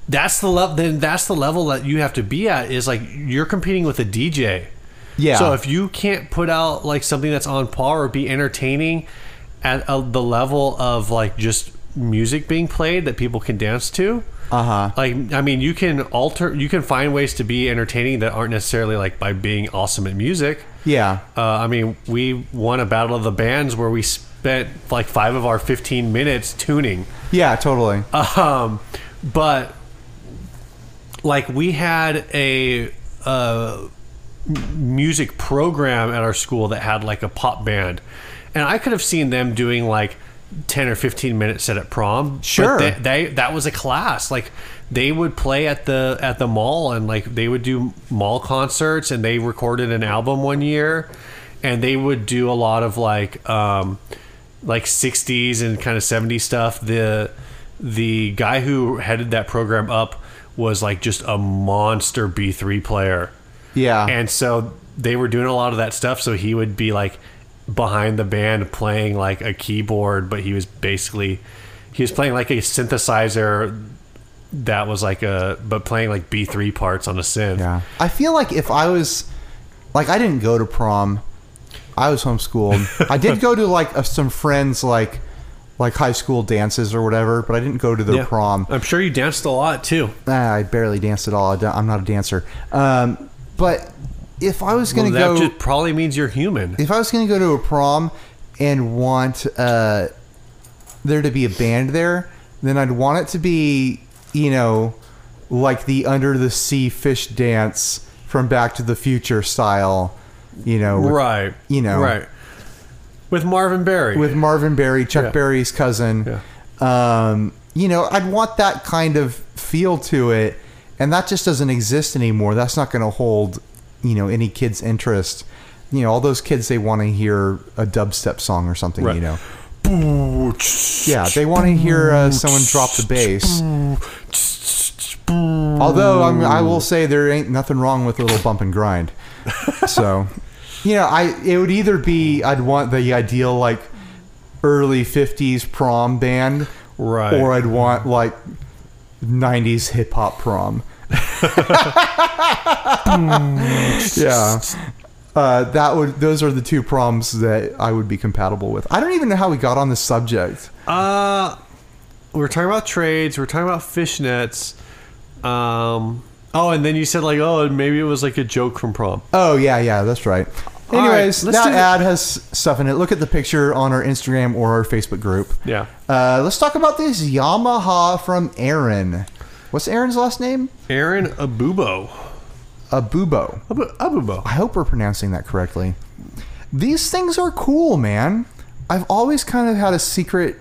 [SPEAKER 2] that's the level. Then that's the level that you have to be at. Is like you're competing with a DJ.
[SPEAKER 1] yeah.
[SPEAKER 2] So if you can't put out like something that's on par or be entertaining at uh the level of like just music being played that people can dance to,
[SPEAKER 1] Uh-huh.
[SPEAKER 2] Like I mean, you can alter, you can find ways to be entertaining that aren't necessarily like by being awesome at music.
[SPEAKER 1] yeah.
[SPEAKER 2] Uh, I mean, we won a battle of the bands where we spent like five of our fifteen minutes tuning.
[SPEAKER 1] Yeah, totally.
[SPEAKER 2] Um, but like we had a uh, m- music program at our school that had like a pop band, and I could have seen them doing like ten or fifteen minute set at prom. but
[SPEAKER 1] Sure.
[SPEAKER 2] they, they that was a class. Like they would play at the at the mall, and like they would do mall concerts, and they recorded an album one year, and they would do a lot of like. Um, like 60s and kind of 70s stuff. The the guy who headed that program up was like just a monster B3 player.
[SPEAKER 1] yeah.
[SPEAKER 2] And so they were doing a lot of that stuff so he would be like behind the band playing like a keyboard but he was basically he was playing like a synthesizer that was like a but playing like B3 parts on a synth.
[SPEAKER 1] yeah. I feel like if I was like I didn't go to prom. I was homeschooled. I did go to like a, some friends like like high school dances or whatever, but I didn't go to their
[SPEAKER 2] Yeah. Uh.
[SPEAKER 1] prom.
[SPEAKER 2] I'm sure you danced a lot too.
[SPEAKER 1] Ah, I barely danced at all. I don't- I'm not a dancer. Um, but if I was
[SPEAKER 2] Well,
[SPEAKER 1] going to
[SPEAKER 2] that
[SPEAKER 1] go
[SPEAKER 2] just probably means you're human.
[SPEAKER 1] if I was going to go to a prom and want uh, there to be a band there, then I'd want it to be, you know, like the under the sea fish dance from Back to the Future style, you know, with,
[SPEAKER 2] Right.
[SPEAKER 1] you know.
[SPEAKER 2] Right. With Marvin Berry.
[SPEAKER 1] with Marvin Berry, Chuck
[SPEAKER 2] Yeah.
[SPEAKER 1] Berry's cousin. Um, you know, I'd want that kind of feel to it, and that just doesn't exist anymore. That's not going to hold, you know, any kid's interest. You know, all those kids they want to hear a dubstep song or something.
[SPEAKER 2] Right.
[SPEAKER 1] You know, yeah,
[SPEAKER 2] Yeah.
[SPEAKER 1] they want to hear uh, someone drop the bass. Although I'm, I will say there ain't nothing wrong with a little bump and grind. So, you know, I it would either be I'd want the ideal like early '50s prom band,
[SPEAKER 2] Right.
[SPEAKER 1] or I'd want like '90s hip hop prom. yeah, uh, that would. Those are the two proms that I would be compatible with. I don't even know how we got on this subject.
[SPEAKER 2] Uh, we're talking about trades. We're talking about fishnets. Um. Oh, and then you said like, oh, maybe it was like a joke from prom.
[SPEAKER 1] Oh yeah, yeah, that's right.
[SPEAKER 2] All right,
[SPEAKER 1] Anyways,
[SPEAKER 2] let's
[SPEAKER 1] that
[SPEAKER 2] do the-
[SPEAKER 1] ad has stuff in it. Look at the picture on our Instagram or our Facebook group.
[SPEAKER 2] Yeah.
[SPEAKER 1] Uh, let's talk about this Yamaha from Aaron. What's Aaron's last name?
[SPEAKER 2] Aaron Abubo.
[SPEAKER 1] Abubo.
[SPEAKER 2] Abu- Abubo.
[SPEAKER 1] I hope we're pronouncing that correctly. These things are cool, man. I've always kind of had a secret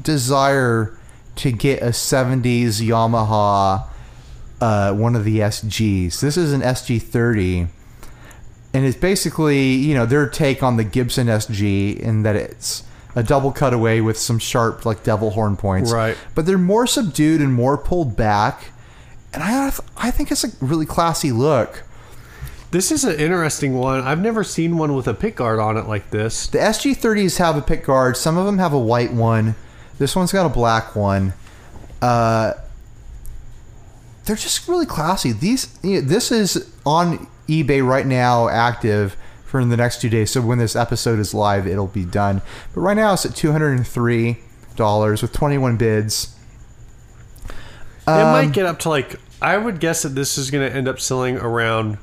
[SPEAKER 1] desire to get a 70s Yamaha, uh, one of the SGs. This is an SG30. And it's basically, you know, their take on the Gibson SG in that it's a double cutaway with some sharp, like, devil horn points.
[SPEAKER 2] Right.
[SPEAKER 1] But they're more subdued and more pulled back. And I, have, I think it's a really classy look.
[SPEAKER 2] This is an interesting one. I've never seen one with a pick guard on it like this.
[SPEAKER 1] The SG30s have a pick guard. Some of them have a white one. This one's got a black one. Uh, they're just really classy. These you know, this is on eBay right now, active for the next two days. So when this episode is live, it'll be done. But right now, it's at two hundred and three dollars with twenty one bids.
[SPEAKER 2] it
[SPEAKER 1] Um,
[SPEAKER 2] might get up to like. I would guess that this is going to end up selling around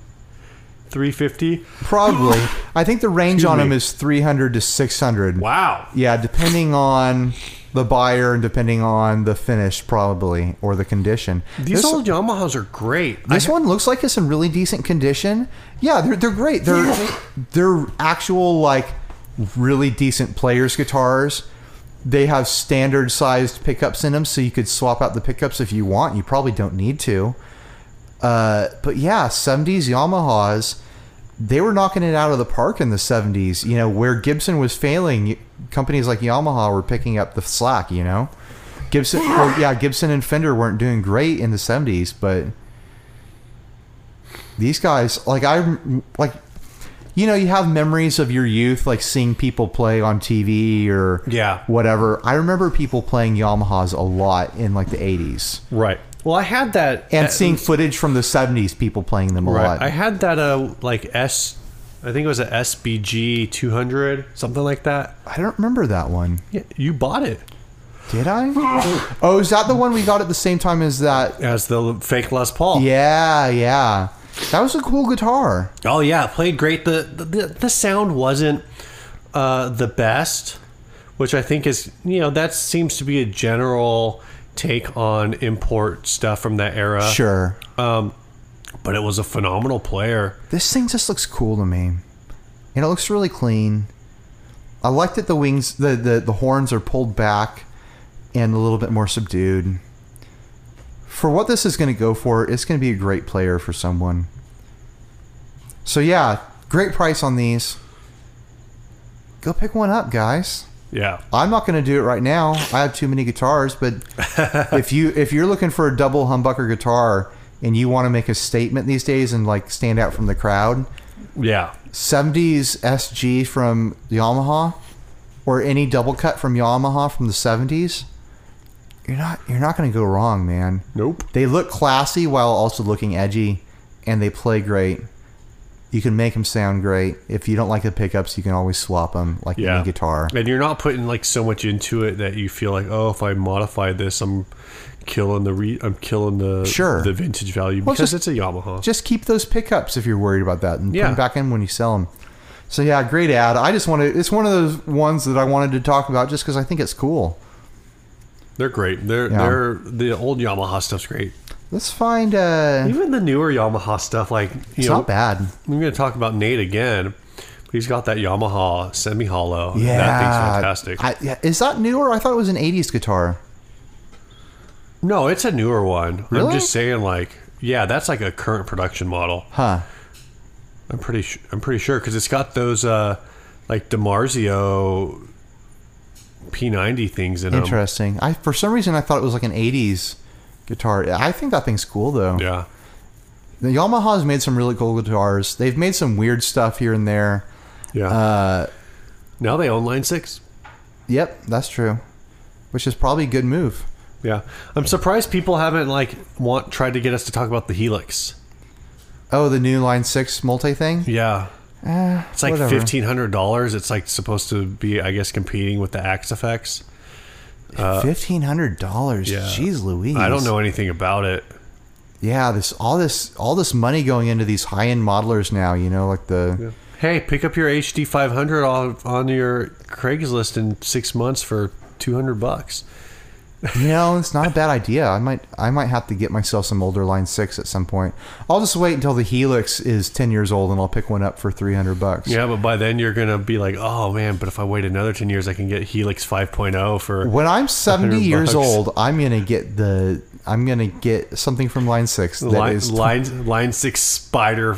[SPEAKER 2] three fifty.
[SPEAKER 1] Probably, I think the range
[SPEAKER 2] Excuse
[SPEAKER 1] on
[SPEAKER 2] me.
[SPEAKER 1] them is three hundred to six hundred.
[SPEAKER 2] Wow.
[SPEAKER 1] Yeah, depending on the buyer and depending on the finish, probably, or the condition.
[SPEAKER 2] These
[SPEAKER 1] this
[SPEAKER 2] old Yamahas are great. I-
[SPEAKER 1] this one looks like it's in really decent condition. Yeah, they're they're great. They're they're actual like really decent players guitars. They have standard sized pickups in them, so you could swap out the pickups if you want. You probably don't need to. Uh, but yeah, 70s Yamahas, they were knocking it out of the park in the 70s. You know, where Gibson was failing, companies like Yamaha were picking up the slack, you know? Gibson, well, yeah, Gibson and Fender weren't doing great in the 70s, but these guys like i like you know you have memories of your youth like seeing people play on tv or
[SPEAKER 2] Yeah.
[SPEAKER 1] whatever i remember people playing yamahas a lot in like the 80s
[SPEAKER 2] right. Well, I had that
[SPEAKER 1] and
[SPEAKER 2] uh,
[SPEAKER 1] seeing footage from the 70s people playing them a
[SPEAKER 2] Right.
[SPEAKER 1] lot
[SPEAKER 2] I had that uh like S, I think it was a SBG 200, something like that.
[SPEAKER 1] I don't remember that one
[SPEAKER 2] Yeah, you bought it
[SPEAKER 1] did i oh is that the one we got at the same time as that
[SPEAKER 2] as the fake Les Paul.
[SPEAKER 1] yeah yeah that was a cool guitar
[SPEAKER 2] Oh yeah, it played great. The the, the sound wasn't uh, the best, which I think is you know that seems to be a general take on import stuff from that era.
[SPEAKER 1] sure
[SPEAKER 2] but it was a phenomenal player.
[SPEAKER 1] This thing just looks cool to me. And it looks really clean. I like that the wings the, the, the horns are pulled back and a little bit more subdued. For what this is gonna go for, it's gonna be a great player for someone. So yeah, great price on these. Go pick one up, guys.
[SPEAKER 2] Yeah,
[SPEAKER 1] I'm not going to do it right now. I have too many guitars, but if you if you're looking for a double humbucker guitar and you want to make a statement these days and like stand out from the crowd,
[SPEAKER 2] yeah,
[SPEAKER 1] 70s SG from Yamaha or any double cut from Yamaha from the 70s, you're not you're not going to go wrong, man.
[SPEAKER 2] nope.
[SPEAKER 1] They look classy while also looking edgy and they play great. You can make them sound great. If you don't like the pickups, you can always swap them like
[SPEAKER 2] Yeah,
[SPEAKER 1] any guitar.
[SPEAKER 2] and you're not putting like so much into it that you feel like, oh, if I modify this, I'm killing the re- I'm killing the
[SPEAKER 1] Sure.
[SPEAKER 2] the vintage value
[SPEAKER 1] Well,
[SPEAKER 2] because
[SPEAKER 1] just-
[SPEAKER 2] it's a Yamaha.
[SPEAKER 1] just keep those pickups if you're worried about that and put
[SPEAKER 2] Yeah.
[SPEAKER 1] them back in when you sell them. So yeah, great ad. I just want to. It's one of those ones that I wanted to talk about just because I think it's cool.
[SPEAKER 2] They're great. They're
[SPEAKER 1] Yeah.
[SPEAKER 2] they're the old Yamaha stuff's great.
[SPEAKER 1] Let's find. Uh,
[SPEAKER 2] Even the newer Yamaha stuff, like you
[SPEAKER 1] it's
[SPEAKER 2] know,
[SPEAKER 1] not bad.
[SPEAKER 2] I'm going to talk about Nate again. He's got that Yamaha semi hollow.
[SPEAKER 1] Yeah,
[SPEAKER 2] that thing's fantastic.
[SPEAKER 1] I, yeah, is that newer? I thought it was an '80s guitar.
[SPEAKER 2] no, it's a newer one. I'm
[SPEAKER 1] Really?
[SPEAKER 2] just saying, like, yeah, that's like a current production model.
[SPEAKER 1] Huh.
[SPEAKER 2] I'm pretty. Sh- I'm pretty sure because it's got those uh, like Demarzio P90 things in them.
[SPEAKER 1] Interesting. I for some reason I thought it was like an '80s guitar. I think that thing's cool though.
[SPEAKER 2] Yeah,
[SPEAKER 1] The Yamaha's made some really cool guitars. They've made some weird stuff here and there.
[SPEAKER 2] yeah.
[SPEAKER 1] Uh,
[SPEAKER 2] now they own Line Six.
[SPEAKER 1] yep, that's true. Which is probably a good move.
[SPEAKER 2] Yeah, I'm surprised people haven't like want tried to get us to talk about the Helix.
[SPEAKER 1] Oh, the new Line Six multi thing.
[SPEAKER 2] Yeah,
[SPEAKER 1] Eh,
[SPEAKER 2] It's like
[SPEAKER 1] whatever.
[SPEAKER 2] fifteen hundred dollars. It's like supposed to be, I guess, competing with the Axe Effects.
[SPEAKER 1] Fifteen hundred dollars.
[SPEAKER 2] uh, yeah.
[SPEAKER 1] Jeez, Louise.
[SPEAKER 2] I don't know anything about it.
[SPEAKER 1] Yeah, this all this all this money going into these high end modelers now. You know, like the
[SPEAKER 2] Hey, pick up your HD five hundred on on your Craigslist in six months for two hundred bucks.
[SPEAKER 1] you know, it's not a bad idea. I might I might have to get myself some older Line Six at some point. I'll just wait until the Helix is ten years old and I'll pick one up for three hundred bucks.
[SPEAKER 2] Yeah, but by then you're gonna be like, oh man, but if I wait another ten years, I can get Helix five oh for.
[SPEAKER 1] When I'm seventy
[SPEAKER 2] 100
[SPEAKER 1] years
[SPEAKER 2] bucks.
[SPEAKER 1] old, I'm gonna get the I'm gonna get something from Line Six. That
[SPEAKER 2] Line,
[SPEAKER 1] is-
[SPEAKER 2] line line six spider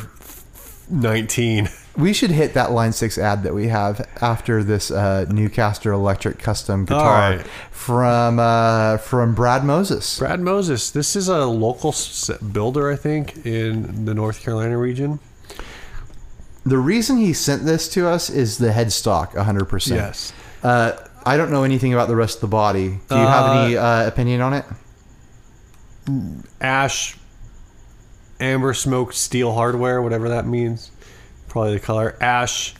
[SPEAKER 2] nineteen.
[SPEAKER 1] we should hit that Line Six ad that we have after this uh, Newcaster Electric custom guitar
[SPEAKER 2] right.
[SPEAKER 1] from uh, from Brad Moses.
[SPEAKER 2] Brad Moses, this is a local s- builder, I think, in the North Carolina region.
[SPEAKER 1] The reason he sent this to us is the headstock, 100%.
[SPEAKER 2] Yes.
[SPEAKER 1] Uh, I don't know anything about the rest of the body. Do you have any uh, opinion on it?
[SPEAKER 2] ash, amber smoked steel hardware, whatever that means. Probably the color ash,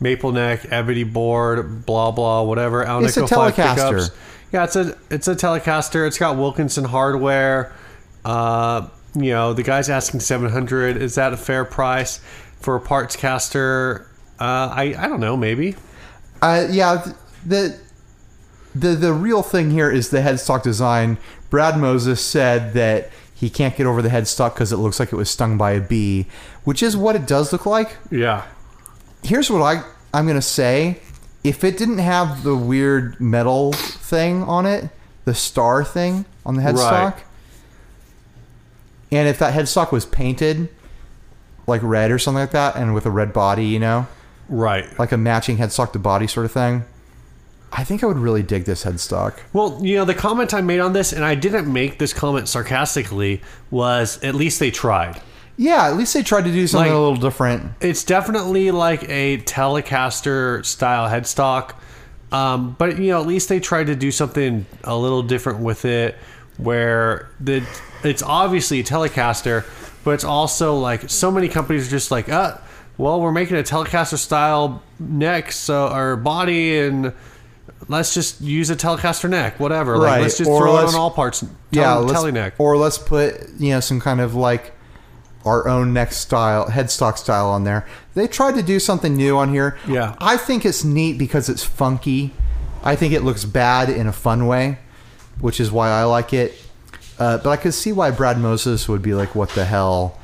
[SPEAKER 2] maple neck, ebony board, blah blah, whatever.
[SPEAKER 1] It's a
[SPEAKER 2] Alnico five
[SPEAKER 1] Telecaster.
[SPEAKER 2] pickups. Yeah, it's a it's a Telecaster. It's got Wilkinson hardware. Uh, you know, the guy's asking seven hundred. Is that a fair price for a parts caster? Uh, I I don't know. Maybe
[SPEAKER 1] Uh, yeah, th- the the the real thing here is the headstock design. Brad Moses said that he can't get over the headstock because it looks like it was stung by a bee, which is what it does look like.
[SPEAKER 2] Yeah.
[SPEAKER 1] Here's what I I'm gonna say: if it didn't have the weird metal thing on it, the star thing on the headstock, and if that headstock was painted like red or something like that, and with a red body, you know,
[SPEAKER 2] Right.
[SPEAKER 1] like a matching headstock to body sort of thing. I think I would really dig this headstock.
[SPEAKER 2] Well, you know, the comment I made on this, and I didn't make this comment sarcastically, was at least they tried.
[SPEAKER 1] Yeah, at least they tried to do something
[SPEAKER 2] Like-
[SPEAKER 1] a little different.
[SPEAKER 2] It's definitely like a Telecaster style headstock, um, but you know, at least they tried to do something a little different with it, where the it's obviously a Telecaster, but it's also like so many companies are just like, uh, well, we're making a Telecaster style neck, so or body and. Let's just use a Telecaster neck, whatever. Like,
[SPEAKER 1] Right,
[SPEAKER 2] let's just
[SPEAKER 1] or
[SPEAKER 2] throw it on
[SPEAKER 1] let's-
[SPEAKER 2] all parts. Tele-
[SPEAKER 1] yeah, let's,
[SPEAKER 2] teleneck.
[SPEAKER 1] or let's put you know some kind of like our own neck style headstock style on there. They tried to do something new on here.
[SPEAKER 2] Yeah.
[SPEAKER 1] I think it's neat because it's funky. I think it looks bad in a fun way, which is why I like it. Uh, but I could see why Brad Moses would be like, "What the hell?"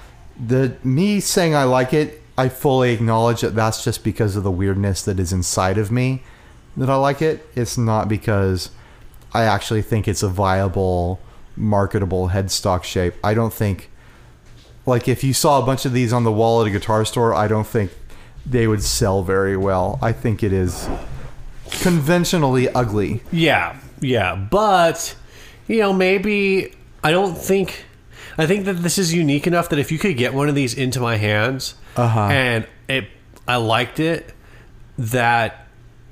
[SPEAKER 1] The me saying I like it, I fully acknowledge that that's just because of the weirdness that is inside of me that I like it. It's not because I actually think it's a viable, marketable headstock shape. I don't think, like, if you saw a bunch of these on the wall at a guitar store, I don't think they would sell very well. I think it is conventionally ugly.
[SPEAKER 2] Yeah, yeah, but you know, maybe I don't think I think that this is unique enough that if you could get one of these into my hands
[SPEAKER 1] Uh-huh.
[SPEAKER 2] and it I liked it that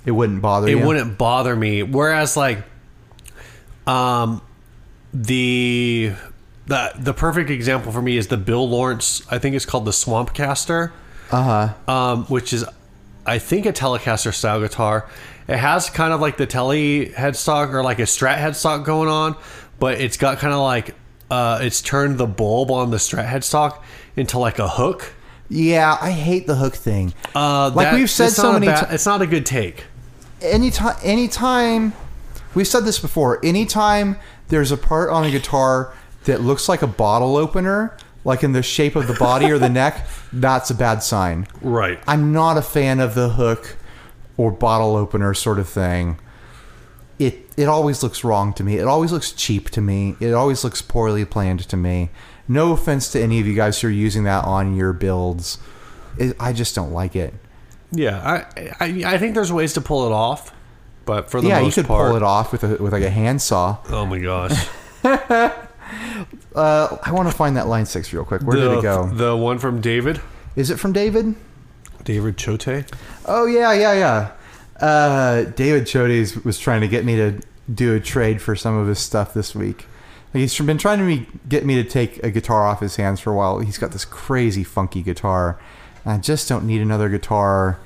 [SPEAKER 1] It wouldn't bother
[SPEAKER 2] it
[SPEAKER 1] you.
[SPEAKER 2] wouldn't bother me. Whereas like um the the the perfect example for me is the Bill Lawrence I think it's called the Swamp Caster
[SPEAKER 1] Uh huh.
[SPEAKER 2] um, which is, I think, a Telecaster style guitar. It has kind of like the Tele headstock or like a Strat headstock going on, but it's got kind of like uh, it's turned the bulb on the Strat headstock into like a hook.
[SPEAKER 1] Yeah, I hate the hook thing.
[SPEAKER 2] Uh,
[SPEAKER 1] Like
[SPEAKER 2] that-
[SPEAKER 1] we've said
[SPEAKER 2] it's
[SPEAKER 1] so
[SPEAKER 2] not a
[SPEAKER 1] many
[SPEAKER 2] bad-
[SPEAKER 1] ti-
[SPEAKER 2] it's not a good take.
[SPEAKER 1] anytime anytime we've said this before anytime there's a part on a guitar that looks like a bottle opener like in the shape of the body or the neck that's a bad sign
[SPEAKER 2] Right.
[SPEAKER 1] i'm not a fan of the hook or bottle opener sort of thing it it always looks wrong to me it always looks cheap to me it always looks poorly planned to me no offense to any of you guys who are using that on your builds it, i just don't like it
[SPEAKER 2] Yeah. I, I I think there's ways to pull it off, but for the
[SPEAKER 1] yeah you
[SPEAKER 2] most
[SPEAKER 1] could
[SPEAKER 2] part,
[SPEAKER 1] pull it off with a, with like a handsaw
[SPEAKER 2] oh my gosh,
[SPEAKER 1] Uh, I want to find that line six real quick. Where
[SPEAKER 2] the,
[SPEAKER 1] did it go?
[SPEAKER 2] The one from David,
[SPEAKER 1] Is it from David?
[SPEAKER 2] David Chote.
[SPEAKER 1] Oh yeah, yeah, yeah. Uh, David Chodes was trying to get me to do a trade for some of his stuff this week. Like, He's been trying to me, get me to take a guitar off his hands for a while. He's got this crazy funky guitar. I just don't need another guitar.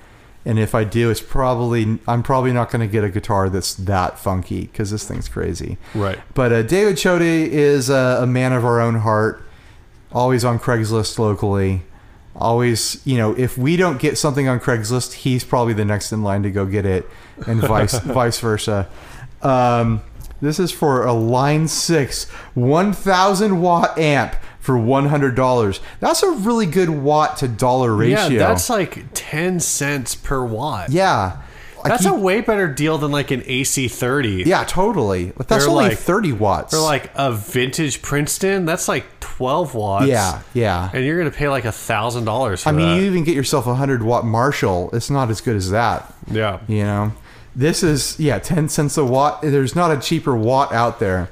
[SPEAKER 1] And if I do, it's probably I'm probably not going to get a guitar that's that funky because this thing's crazy.
[SPEAKER 2] Right.
[SPEAKER 1] But uh, David Chote is a, a man of our own heart, always on Craigslist locally. Always, you know, if we don't get something on Craigslist, he's probably the next in line to go get it, and vice vice versa. Um, this is for a Line Six 1,000 watt amp for $100. That's a really good watt to dollar ratio.
[SPEAKER 2] Yeah, that's like ten cents per watt.
[SPEAKER 1] E yeah. Like
[SPEAKER 2] That's
[SPEAKER 1] he-
[SPEAKER 2] a way better deal than like an AC30.
[SPEAKER 1] yeah, totally. But that's
[SPEAKER 2] They're
[SPEAKER 1] only
[SPEAKER 2] like-
[SPEAKER 1] 30 watts.
[SPEAKER 2] Or like a vintage Princeton, that's like 12 watts.
[SPEAKER 1] yeah, yeah.
[SPEAKER 2] And you're going to pay like a $1,000 for
[SPEAKER 1] I mean,
[SPEAKER 2] that.
[SPEAKER 1] you even get yourself a 100 watt Marshall. It's not as good as that.
[SPEAKER 2] yeah.
[SPEAKER 1] You know, this is, yeah, 10 cents a watt. There's not a cheaper watt out there.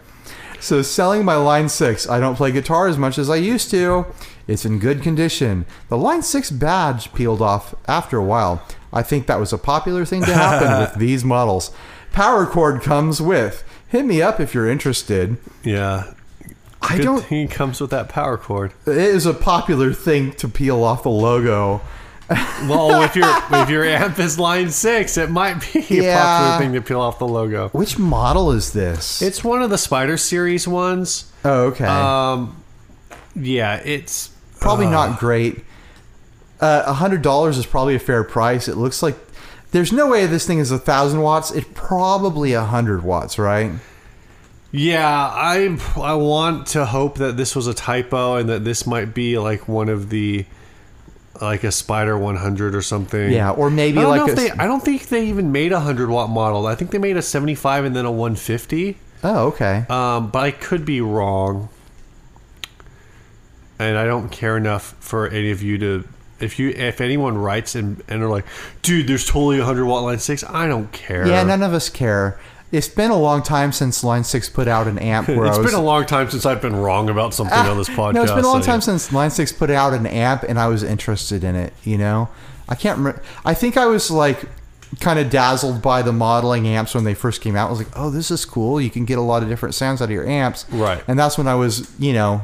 [SPEAKER 1] So, selling my Line 6, I don't play guitar as much as I used to. It's in good condition. The Line 6 badge peeled off after a while. I think that was a popular thing to happen with these models. Power cord comes with. Hit me up if you're interested.
[SPEAKER 2] Yeah.
[SPEAKER 1] I
[SPEAKER 2] Good
[SPEAKER 1] don't
[SPEAKER 2] thing it comes with that power cord.
[SPEAKER 1] it is a popular thing to peel off the logo.
[SPEAKER 2] Well, if your if your amp is line six, it might be a
[SPEAKER 1] Yeah.
[SPEAKER 2] popular thing to peel off the logo.
[SPEAKER 1] Which model is this?
[SPEAKER 2] It's one of the Spider Series ones.
[SPEAKER 1] Oh, okay.
[SPEAKER 2] Um, yeah, it's Uh.
[SPEAKER 1] Uh, probably not great. A hundred dollars is probably a fair price. It looks like there's no way this thing is a thousand watts. It's probably a hundred watts, right?
[SPEAKER 2] Yeah, I I want to hope that this was a typo and that this might be like one of the like a Spider 100 or something.
[SPEAKER 1] Yeah, or maybe
[SPEAKER 2] I don't
[SPEAKER 1] like
[SPEAKER 2] know if
[SPEAKER 1] a-
[SPEAKER 2] they, I don't think they even made a hundred watt model. I think they made a 75 and then a 150.
[SPEAKER 1] Oh, okay.
[SPEAKER 2] Um, but I could be wrong, and I don't care enough for any of you to. If you, if anyone writes and and are like, dude, there's totally a hundred watt line six. I don't care.
[SPEAKER 1] Yeah, none of us care. It's been a long time since Line Six put out an amp. Where I was,
[SPEAKER 2] It's
[SPEAKER 1] Ah,
[SPEAKER 2] been a long time since I've been wrong about something on this podcast.
[SPEAKER 1] No, it's been a long
[SPEAKER 2] so-
[SPEAKER 1] time since Line Six put out an amp, and I was interested in it. You know, I can't remember. I think I was like kind of dazzled by the modeling amps when they first came out. I was like, oh, this is cool. You can get a lot of different sounds out of your amps.
[SPEAKER 2] Right.
[SPEAKER 1] And that's when I was, you know,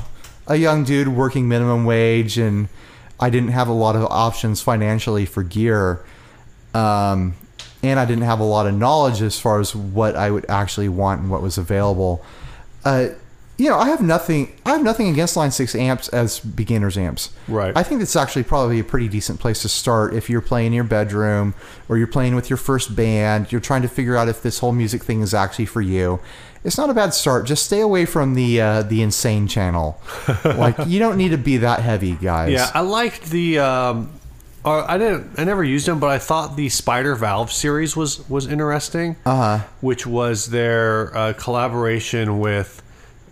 [SPEAKER 1] a young dude working minimum wage, and I didn't have a lot of options financially for gear. Um, and I didn't have a lot of knowledge as far as what I would actually want and what was available. Uh, you know, I have nothing. I have nothing against Line Six amps as beginners amps.
[SPEAKER 2] Right.
[SPEAKER 1] I think that's actually probably a pretty decent place to start if you're playing in your bedroom or you're playing with your first band. You're trying to figure out if this whole music thing is actually for you. It's not a bad start. Just stay away from the uh, the insane channel. like you don't need to be that heavy, guys.
[SPEAKER 2] Yeah, I liked the. Um, or I didn't. I never used them, but I thought the Spider Valve series was was interesting.
[SPEAKER 1] Uh-huh.
[SPEAKER 2] Uh huh. Which was their uh, collaboration with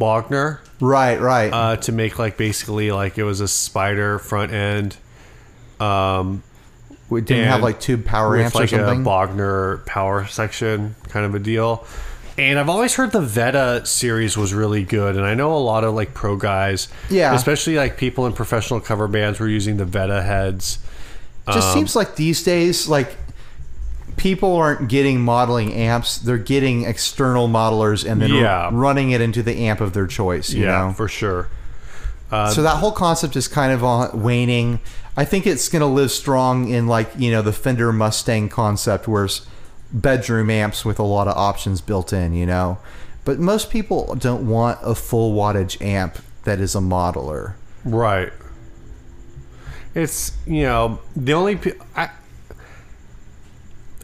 [SPEAKER 2] Bogner
[SPEAKER 1] Right. Right.
[SPEAKER 2] uh, to make like basically like it was a spider front end
[SPEAKER 1] we didn't have
[SPEAKER 2] and
[SPEAKER 1] like tube power
[SPEAKER 2] with
[SPEAKER 1] amps or
[SPEAKER 2] like a
[SPEAKER 1] something.
[SPEAKER 2] Bogner power section kind of a deal. And I've always heard the Veta series was really good, and I know a lot of like pro guys,
[SPEAKER 1] Yeah.
[SPEAKER 2] especially like people in professional cover bands were using the Veta heads. Um,
[SPEAKER 1] just seems like these days like people aren't getting modeling amps they're getting external modelers and then
[SPEAKER 2] Yeah.
[SPEAKER 1] running it into the amp of their choice you
[SPEAKER 2] yeah, Uh,
[SPEAKER 1] know
[SPEAKER 2] for sure.
[SPEAKER 1] so that whole concept is kind of on waning i think it's going to live strong in like you know the fender mustang concept where it's bedroom amps with a lot of options built in you know but most people don't want a full wattage amp that is a modeler
[SPEAKER 2] Right. It's you know the only pe- I.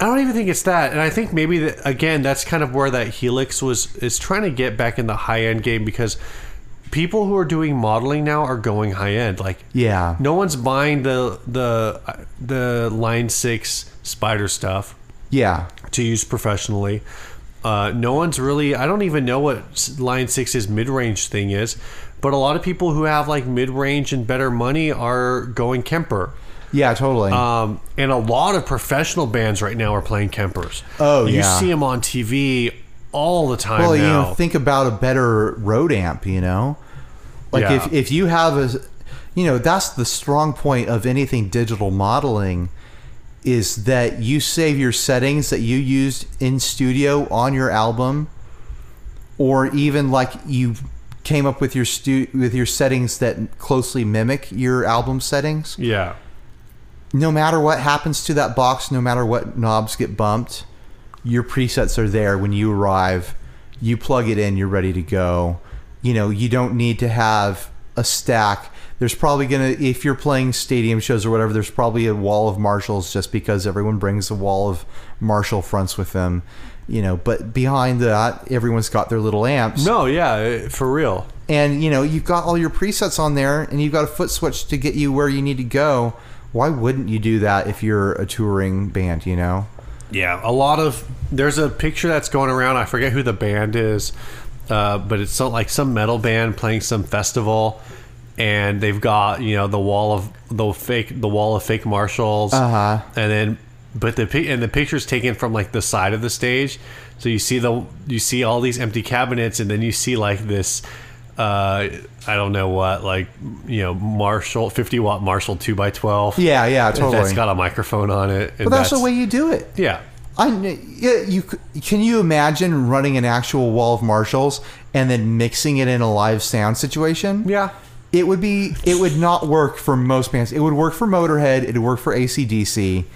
[SPEAKER 2] I don't even think it's that, and I think maybe that, again that's kind of where that Helix was is trying to get back in the high end game because people who are doing modeling now are going high end. Like
[SPEAKER 1] yeah
[SPEAKER 2] no one's buying the the the Line Six Spider stuff
[SPEAKER 1] yeah
[SPEAKER 2] to use professionally. Uh, no one's really. I don't even know what s- Line Six's mid-range thing is, but a lot of people who have like mid-range and better money are going Kemper.
[SPEAKER 1] yeah totally
[SPEAKER 2] Um, and a lot of professional bands right now are playing Kempers.
[SPEAKER 1] Oh,
[SPEAKER 2] you
[SPEAKER 1] yeah.
[SPEAKER 2] see them on TV all the time
[SPEAKER 1] Well, you
[SPEAKER 2] now.
[SPEAKER 1] know, think about a better road amp, you know? Like
[SPEAKER 2] Yeah.
[SPEAKER 1] if, if you have a you know, that's the strong point of anything digital modeling is that you save your settings that you used in studio on your album or even like you came up with your stu- with your settings that closely mimic your album settings
[SPEAKER 2] yeah,
[SPEAKER 1] no matter what happens to that box, no matter what knobs get bumped, your presets are there when you arrive. You plug it in, you're ready to go. You know, you don't need to have a stack. There's probably going to, if you're playing stadium shows or whatever, there's probably a wall of Marshalls just because everyone brings a wall of Marshall fronts with them. You know, but behind that, everyone's got their little amps.
[SPEAKER 2] no, yeah, eh, for real.
[SPEAKER 1] And, you know, you've got all your presets on there and you've got a foot switch to get you where you need to go. Why wouldn't you do that if you're a touring band, you know?
[SPEAKER 2] Yeah, a lot of there's a picture that's going around. I forget who the band is, uh, but it's so, like some metal band playing some festival, and they've got you know the wall of the fake the wall of fake marshals,
[SPEAKER 1] Uh-huh.
[SPEAKER 2] and then but the pic- and the picture's taken from like the side of the stage, so you see the you see all these empty cabinets, and then you see like this. Uh, I don't know what, like you know, Marshall fifty watt Marshall two x twelve.
[SPEAKER 1] Yeah, yeah, totally.
[SPEAKER 2] that's got a microphone on it. And
[SPEAKER 1] but that's, the way you do it.
[SPEAKER 2] Yeah,
[SPEAKER 1] I kn- yeah, you c- can you imagine running an actual wall of Marshalls and then mixing it in a live sound situation?
[SPEAKER 2] yeah.
[SPEAKER 1] It would be it would not work for most bands. It would work for Motorhead, it would work for ACDC.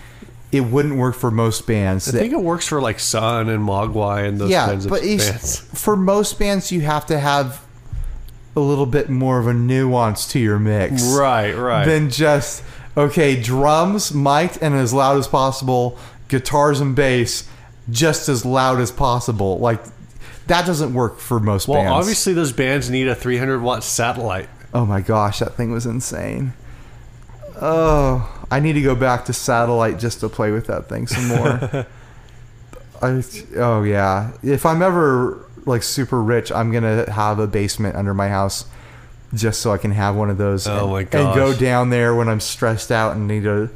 [SPEAKER 1] It wouldn't work for most bands.
[SPEAKER 2] I
[SPEAKER 1] that-
[SPEAKER 2] think it works for like Sun and Mogwai and those kinds of
[SPEAKER 1] it's-
[SPEAKER 2] bands.
[SPEAKER 1] for most bands, you have to have a little bit more of a nuance to your mix,
[SPEAKER 2] Right, right.
[SPEAKER 1] Than just okay, drums mic'd and as loud as possible, guitars and bass just as loud as possible. Like that doesn't work for most
[SPEAKER 2] Well,
[SPEAKER 1] bands.
[SPEAKER 2] obviously those bands need a 300 watt satellite.
[SPEAKER 1] Oh my gosh, that thing was insane. Oh, I need to go back to satellite just to play with that thing some more. I, oh yeah, if I'm ever like super rich, I'm gonna have a basement under my house just so I can have one of those.
[SPEAKER 2] Oh
[SPEAKER 1] and,
[SPEAKER 2] my
[SPEAKER 1] And go
[SPEAKER 2] gosh.
[SPEAKER 1] down there when I'm stressed out and need to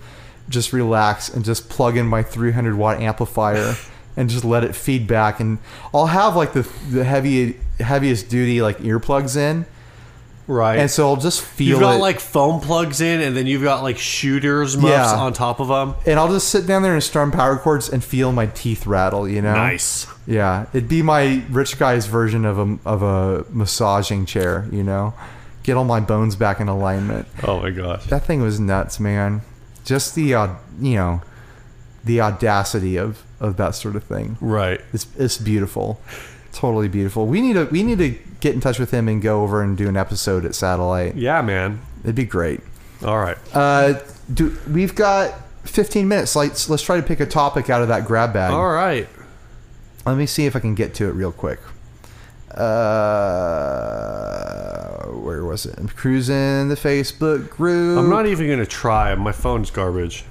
[SPEAKER 1] just relax and just plug in my 300 watt amplifier and just let it feed back. And I'll have like the the heavy heaviest duty like earplugs in.
[SPEAKER 2] Right.
[SPEAKER 1] And so I'll just feel
[SPEAKER 2] you've
[SPEAKER 1] it.
[SPEAKER 2] got like foam plugs in, and then you've got like shooters muffs
[SPEAKER 1] Yeah.
[SPEAKER 2] on top of them.
[SPEAKER 1] and I'll just sit down there and strum power chords and feel my teeth rattle, you know?
[SPEAKER 2] Nice.
[SPEAKER 1] Yeah. It'd be my rich guy's version of a, of a massaging chair, you know? Get all my bones back in alignment.
[SPEAKER 2] Oh my gosh.
[SPEAKER 1] That thing was nuts, man. Just the, uh, you know, the audacity of, of that sort of thing.
[SPEAKER 2] Right.
[SPEAKER 1] It's, it's beautiful. Totally beautiful. We need to we need to get in touch with him and go over and do an episode at Satellite.
[SPEAKER 2] Yeah, man.
[SPEAKER 1] It'd be great.
[SPEAKER 2] All right.
[SPEAKER 1] Uh, do we've got 15 minutes? Let's let's try to pick a topic out of that grab bag.
[SPEAKER 2] All right.
[SPEAKER 1] Let me see if I can get to it real quick. Uh, where was it? I'm cruising the Facebook group.
[SPEAKER 2] I'm not e- even gonna try. My phone's garbage.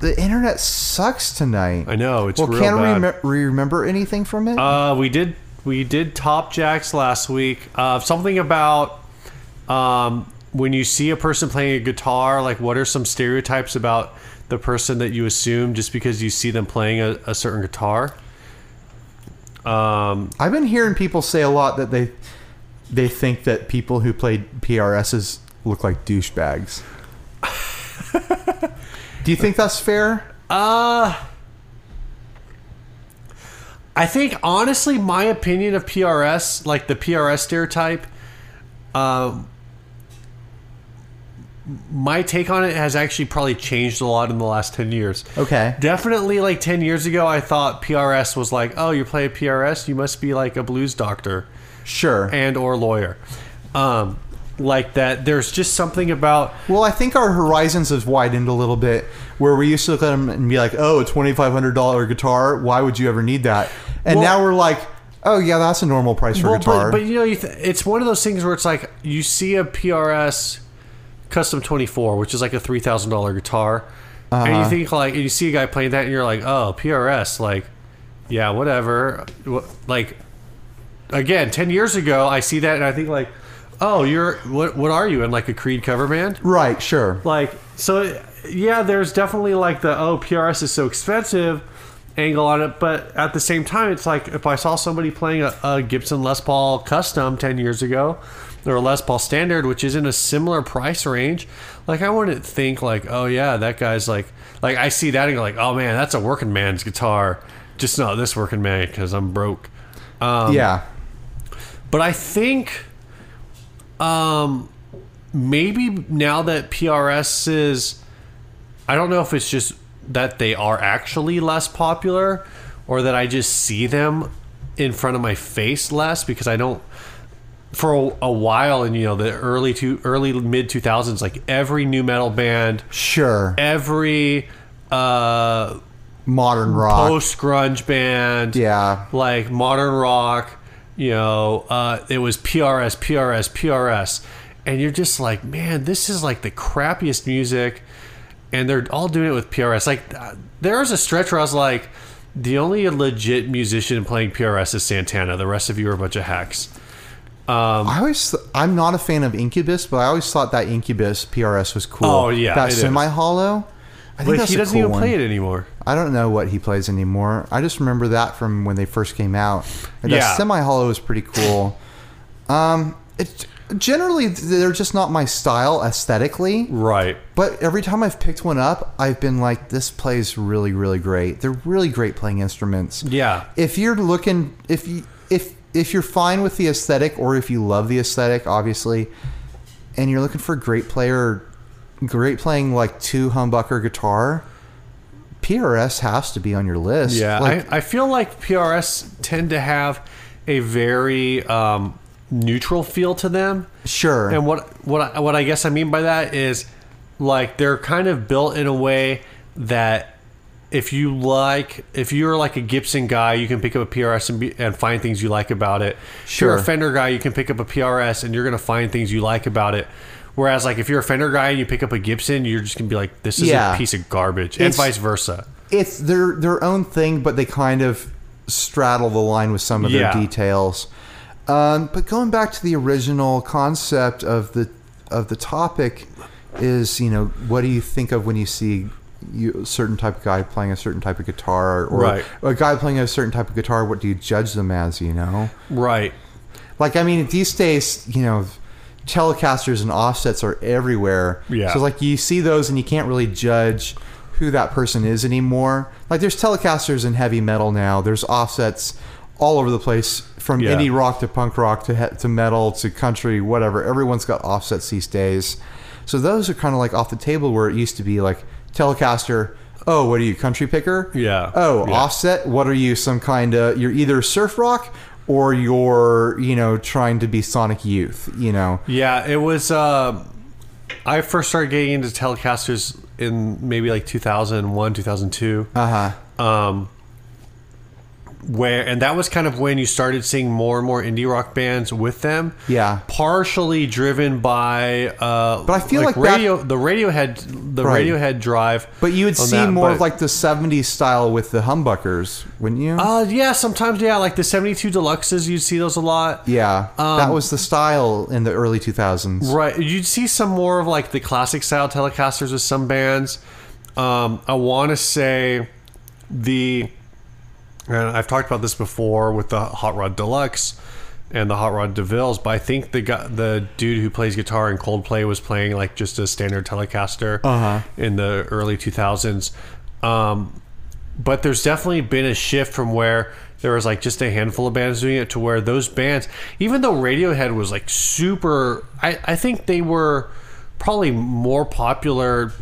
[SPEAKER 1] the internet sucks tonight.
[SPEAKER 2] I know it's
[SPEAKER 1] well,
[SPEAKER 2] real
[SPEAKER 1] can
[SPEAKER 2] bad.
[SPEAKER 1] we rem- we remember anything from it?
[SPEAKER 2] Uh, we did we did top jacks last week. Uh, something about um, when you see a person playing a guitar, like what are some stereotypes about the person that you assume just because you see them playing a, a certain guitar? Um,
[SPEAKER 1] I've been hearing people say a lot that they they think that people who played PRSs look like douchebags. Do you think that's fair?
[SPEAKER 2] I think honestly, my opinion of PRS, like the PRS stereotype, um, my take on it has actually probably changed a lot in the last ten years.
[SPEAKER 1] Okay.
[SPEAKER 2] Definitely, like ten years ago, I thought PRS was like, oh, you play PRS, you must be like a blues doctor
[SPEAKER 1] Sure.
[SPEAKER 2] and or lawyer, um, like that. There's just something about
[SPEAKER 1] Well, I think our horizons have widened a little bit where we used to look at them and be like, oh, a $2,500 guitar, why would you ever need that? And
[SPEAKER 2] Well-
[SPEAKER 1] now we're like, oh, yeah, that's a normal price for
[SPEAKER 2] Well,
[SPEAKER 1] guitar.
[SPEAKER 2] But, but you know, you th- it's one of those things where it's like you see a PRS Custom 24, which is like a three thousand dollar guitar, and
[SPEAKER 1] Uh-huh.
[SPEAKER 2] you think like and you see a guy playing that, and you're like, oh, PRS, like, yeah, whatever. Wh- Like, again, ten years ago, I see that, and I think like, oh, you're what? What are you in like a Creed cover band?
[SPEAKER 1] right, sure.
[SPEAKER 2] Like, so yeah, there's definitely like the oh PRS is so expensive angle on it, but at the same time, it's like if I saw somebody playing a, a Gibson Les Paul Custom ten years ago, or a Les Paul Standard, which is in a similar price range, like I wouldn't think like oh yeah, that guy's like like I see that and go like oh man, that's a working man's guitar, just not this working man because I'm broke. Um,
[SPEAKER 1] yeah.
[SPEAKER 2] But I think um maybe now that PRS is I don't know if it's just that they are actually less popular or that I just see them in front of my face less because I don't for a, a while in you know the early to early mid 2000s like every new metal band
[SPEAKER 1] Sure.
[SPEAKER 2] every uh
[SPEAKER 1] Modern rock.
[SPEAKER 2] post grunge band
[SPEAKER 1] yeah.
[SPEAKER 2] like modern rock you know uh, it was prs prs prs and you're just like man this is like the crappiest music and they're all doing it with prs like uh, there was a stretch where i was like the only legit musician playing prs is santana the rest of you are a bunch of hacks um,
[SPEAKER 1] I always, I'm not a fan of Incubus, but I always thought that Incubus PRS was cool.
[SPEAKER 2] Oh, yeah,
[SPEAKER 1] That
[SPEAKER 2] it is.
[SPEAKER 1] semi hollow. I think
[SPEAKER 2] but
[SPEAKER 1] that's
[SPEAKER 2] he
[SPEAKER 1] a
[SPEAKER 2] doesn't
[SPEAKER 1] cool
[SPEAKER 2] even
[SPEAKER 1] one.
[SPEAKER 2] play it anymore
[SPEAKER 1] I don't know what he plays anymore. I just remember that from when they first came out. And
[SPEAKER 2] Yeah.
[SPEAKER 1] That semi hollow is pretty cool. Um, it, generally, they're just not my style aesthetically.
[SPEAKER 2] right
[SPEAKER 1] But every time I've picked one up, I've been like, this plays really, really great. They're really great playing instruments.
[SPEAKER 2] yeah
[SPEAKER 1] If you're looking, if you, if if you're fine with the aesthetic, or if you love the aesthetic, obviously, and you're looking for a great player, great playing like two humbucker guitar, PRS has to be on your list.
[SPEAKER 2] Yeah,
[SPEAKER 1] like,
[SPEAKER 2] I, I feel like PRS tend to have a very um, neutral feel to them.
[SPEAKER 1] Sure.
[SPEAKER 2] And what what I, what I guess I mean by that is like they're kind of built in a way that if you like, if you're like a Gibson guy, you can pick up a PRS and, be, and find things you like about it. If you're
[SPEAKER 1] Sure.
[SPEAKER 2] a Fender guy, you can pick up a PRS and you're going to find things you like about it. Whereas, like, if you're a Fender guy and you pick up a Gibson, you're just going to be like, this is
[SPEAKER 1] Yeah.
[SPEAKER 2] a piece of garbage, and
[SPEAKER 1] It's-
[SPEAKER 2] vice versa.
[SPEAKER 1] it's their their own thing, but they kind of straddle the line with some of
[SPEAKER 2] Yeah.
[SPEAKER 1] their details. Um, but going back to the original concept of the of the topic is, you know, what do you think of when you see you, a certain type of guy playing a certain type of guitar, or
[SPEAKER 2] Right.
[SPEAKER 1] a guy playing a certain type of guitar? What do you judge them as? You know,
[SPEAKER 2] Right.
[SPEAKER 1] like I mean, these days, you know. Telecasters and offsets are everywhere.
[SPEAKER 2] Yeah.
[SPEAKER 1] So like you see those and you can't really judge who that person is anymore. Like there's telecasters in heavy metal now. There's offsets all over the place from
[SPEAKER 2] Yeah.
[SPEAKER 1] indie rock to punk rock to he- to metal to country whatever. Everyone's got offsets these days. So those are kind of like off the table where it used to be like Telecaster. Oh, what are you, country picker?
[SPEAKER 2] Yeah.
[SPEAKER 1] Oh,
[SPEAKER 2] Yeah.
[SPEAKER 1] offset. What are you? Some kind of you're either surf rock or you're you know trying to be Sonic Youth. You know.
[SPEAKER 2] Yeah, it was. Uh, I first started getting into Telecasters in maybe like 2001, 2002.
[SPEAKER 1] Uh huh.
[SPEAKER 2] where and that was kind of when you started seeing more and more indie rock bands with them.
[SPEAKER 1] Yeah.
[SPEAKER 2] partially driven by. Uh,
[SPEAKER 1] But I feel like back-
[SPEAKER 2] radio, the Radiohead, the
[SPEAKER 1] Right.
[SPEAKER 2] Radiohead drive.
[SPEAKER 1] But you would
[SPEAKER 2] on
[SPEAKER 1] see
[SPEAKER 2] that,
[SPEAKER 1] more of
[SPEAKER 2] but-
[SPEAKER 1] like the 70s style with the humbuckers, wouldn't you?
[SPEAKER 2] Uh, yeah, sometimes yeah, like the '72 Deluxes, you'd see those a lot.
[SPEAKER 1] yeah.
[SPEAKER 2] um,
[SPEAKER 1] that was the style in the early 2000s.
[SPEAKER 2] Right. You'd see some more of like the classic style Telecasters with some bands. Um, I want to say the, and I've talked about this before with the Hot Rod Deluxe and the Hot Rod DeVilles, but I think the guy, the dude who plays guitar in Coldplay was playing like just a standard Telecaster
[SPEAKER 1] Uh-huh.
[SPEAKER 2] in the early 2000s. Um, but there's definitely been a shift from where there was like just a handful of bands doing it to where those bands, even though Radiohead was like super, I, I think they were probably more popular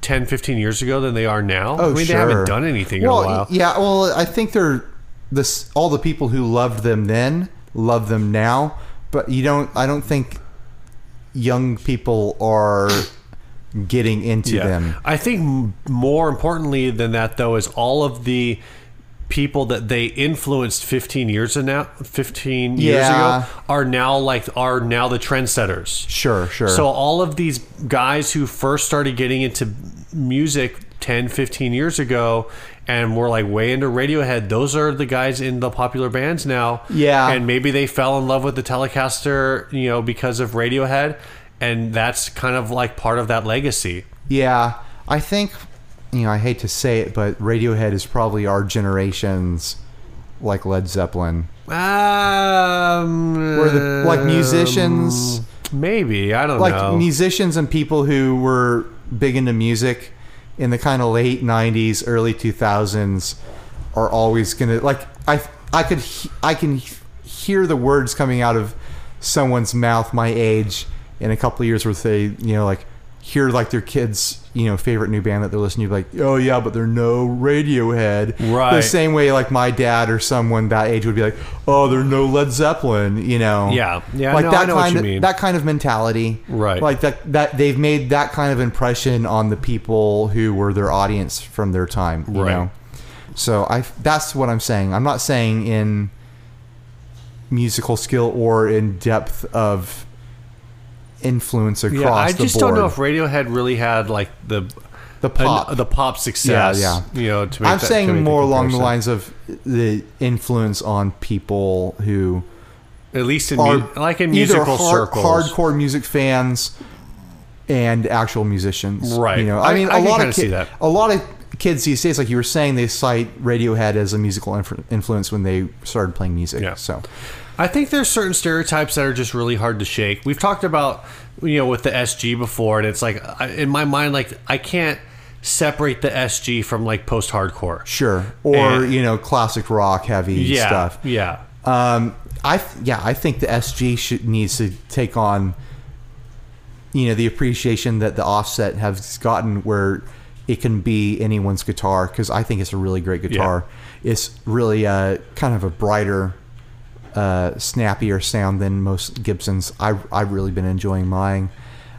[SPEAKER 2] 10, 15 years ago than they are now. I
[SPEAKER 1] Oh,
[SPEAKER 2] mean,
[SPEAKER 1] sure.
[SPEAKER 2] they haven't done anything
[SPEAKER 1] well,
[SPEAKER 2] in a while.
[SPEAKER 1] Yeah, well, I think they're this all the people who loved them then love them now, but you don't I don't think young people are getting into them.
[SPEAKER 2] I think m- more importantly than that, though, is all of the people that they influenced 15 years and now 15 years
[SPEAKER 1] Yeah.
[SPEAKER 2] ago are now like are now the trendsetters.
[SPEAKER 1] Sure, sure.
[SPEAKER 2] So all of these guys who first started getting into music 10, 15 years ago and were like way into Radiohead, those are the guys in the popular bands now.
[SPEAKER 1] Yeah.
[SPEAKER 2] And maybe they fell in love with the Telecaster, you know, because of Radiohead. And that's kind of like part of that legacy.
[SPEAKER 1] Yeah, I think you know. I hate to say it, but Radiohead is probably our generation's like Led Zeppelin.
[SPEAKER 2] Um,
[SPEAKER 1] Were the like musicians,
[SPEAKER 2] um, Maybe. I don't
[SPEAKER 1] like
[SPEAKER 2] know.
[SPEAKER 1] musicians and people who were big into music in the kind of late '90s, early 2000s are always gonna like. I I could he- I can he- hear the words coming out of someone's mouth my age in a couple of years where they you know like hear like their kids you know favorite new band that they're listening to like oh yeah but they're no radiohead
[SPEAKER 2] Right.
[SPEAKER 1] the same way like my dad or someone that age would be like oh they're no led zeppelin you know
[SPEAKER 2] Yeah. Yeah,
[SPEAKER 1] like
[SPEAKER 2] no, I
[SPEAKER 1] that
[SPEAKER 2] know what
[SPEAKER 1] kind
[SPEAKER 2] you
[SPEAKER 1] of
[SPEAKER 2] mean.
[SPEAKER 1] that kind of mentality
[SPEAKER 2] Right.
[SPEAKER 1] like that that they've made that kind of impression on the people who were their audience from their time you
[SPEAKER 2] Right.
[SPEAKER 1] know so i that's what i'm saying i'm not saying in musical skill or in depth of influence across
[SPEAKER 2] yeah, I
[SPEAKER 1] the
[SPEAKER 2] just
[SPEAKER 1] board
[SPEAKER 2] don't know if Radiohead really had like the
[SPEAKER 1] the pop
[SPEAKER 2] an- the pop success.
[SPEAKER 1] Yeah,
[SPEAKER 2] yeah. You know, to make
[SPEAKER 1] i'm
[SPEAKER 2] that-
[SPEAKER 1] saying
[SPEAKER 2] to make
[SPEAKER 1] more along the
[SPEAKER 2] comparison.
[SPEAKER 1] lines of the influence on people who
[SPEAKER 2] at least in
[SPEAKER 1] are
[SPEAKER 2] mu- like in
[SPEAKER 1] either
[SPEAKER 2] musical
[SPEAKER 1] hard-
[SPEAKER 2] circles.
[SPEAKER 1] hardcore music fans and actual musicians.
[SPEAKER 2] Right.
[SPEAKER 1] You know, I,
[SPEAKER 2] I-
[SPEAKER 1] mean,
[SPEAKER 2] I
[SPEAKER 1] a
[SPEAKER 2] can
[SPEAKER 1] lot
[SPEAKER 2] kinda
[SPEAKER 1] of
[SPEAKER 2] see
[SPEAKER 1] ki-
[SPEAKER 2] that.
[SPEAKER 1] a lot of kids these days, like you were saying, they cite Radiohead as a musical inf- influence when they started playing music.
[SPEAKER 2] Yeah.
[SPEAKER 1] So
[SPEAKER 2] I think there's certain stereotypes that are just really hard to shake. We've talked about you know with the SG before, and it's like I, in my mind, like I can't separate the SG from like post-hardcore.
[SPEAKER 1] sure, or
[SPEAKER 2] And-
[SPEAKER 1] you know, classic rock heavy
[SPEAKER 2] Yeah,
[SPEAKER 1] stuff.
[SPEAKER 2] yeah,
[SPEAKER 1] Um, I th- yeah, I think the SG should, needs to take on, you know, the appreciation that the Offset has gotten, where it can be anyone's guitar because I think it's a really great guitar. It's really uh, kind of a brighter, uh, snappier sound than most Gibsons. I I've really been enjoying mine,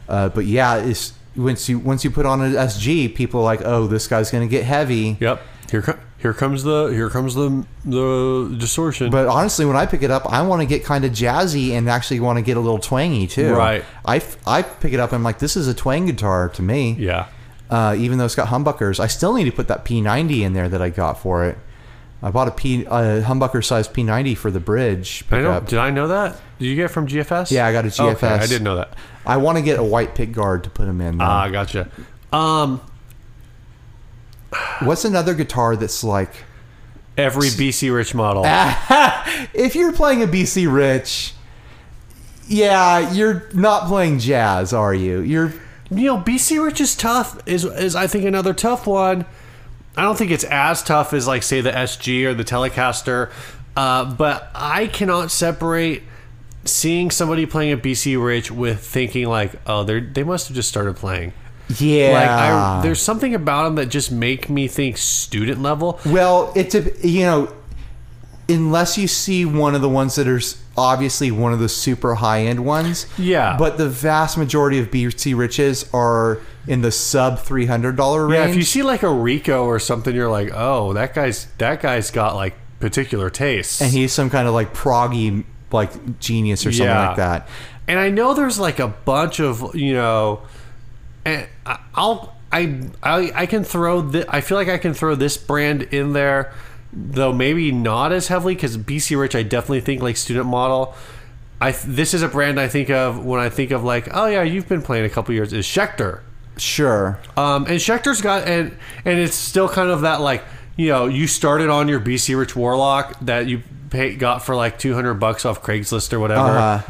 [SPEAKER 1] uh, but yeah, it's once you once you put on an SG, people are like, oh, this guy's gonna get heavy.
[SPEAKER 2] Yep. Here co- here comes the here comes the the distortion.
[SPEAKER 1] But honestly, when I pick it up, I want to get kind of jazzy and actually want to get a little twangy too.
[SPEAKER 2] Right.
[SPEAKER 1] I, f- I pick it up. I'm like, this is a twang guitar to me.
[SPEAKER 2] yeah.
[SPEAKER 1] Uh, even though it's got humbuckers, I still need to put that P90 in there that I got for it. I bought a P uh, humbucker sized P90 for the bridge
[SPEAKER 2] I know.
[SPEAKER 1] pickup.
[SPEAKER 2] Did I know that? Did you get it from GFS?
[SPEAKER 1] Yeah, I got a GFS.
[SPEAKER 2] Okay, I didn't know that.
[SPEAKER 1] I want to get a white pick guard to put them in. though.
[SPEAKER 2] Ah, gotcha. Um,
[SPEAKER 1] What's another guitar that's like?
[SPEAKER 2] every BC Rich model.
[SPEAKER 1] Ah. if you're playing a BC Rich, yeah, you're not playing jazz, are you? You're
[SPEAKER 2] you know, BC Rich is tough. Is is I think another tough one. I don't think it's as tough as like say the SG or the Telecaster, uh, but I cannot separate seeing somebody playing a BC Rich with thinking like, oh, they they must have just started playing.
[SPEAKER 1] yeah.
[SPEAKER 2] Like, I, there's something about them that just make me think student level.
[SPEAKER 1] Well, it's a you know, unless you see one of the ones that are s- obviously one of the super high end ones.
[SPEAKER 2] Yeah.
[SPEAKER 1] But the vast majority of BC riches are in the sub three hundred dollar range.
[SPEAKER 2] Yeah, if you see like a Rico or something, you're like, oh, that guy's that guy's got like particular tastes.
[SPEAKER 1] and he's some kind of like proggy like genius or something
[SPEAKER 2] Yeah.
[SPEAKER 1] like that.
[SPEAKER 2] and I know there's like a bunch of you know, and I- I'll I I I can throw th- I feel like I can throw this brand in there, though maybe not as heavily because BC Rich I definitely think like student model. I th- this is a brand I think of when I think of like oh yeah you've been playing a couple years is Schecter.
[SPEAKER 1] Sure.
[SPEAKER 2] Um, and Schecter's got and and it's still kind of that like you know you started on your BC Rich Warlock that you pay, got for like two hundred bucks off Craigslist or whatever,
[SPEAKER 1] Uh,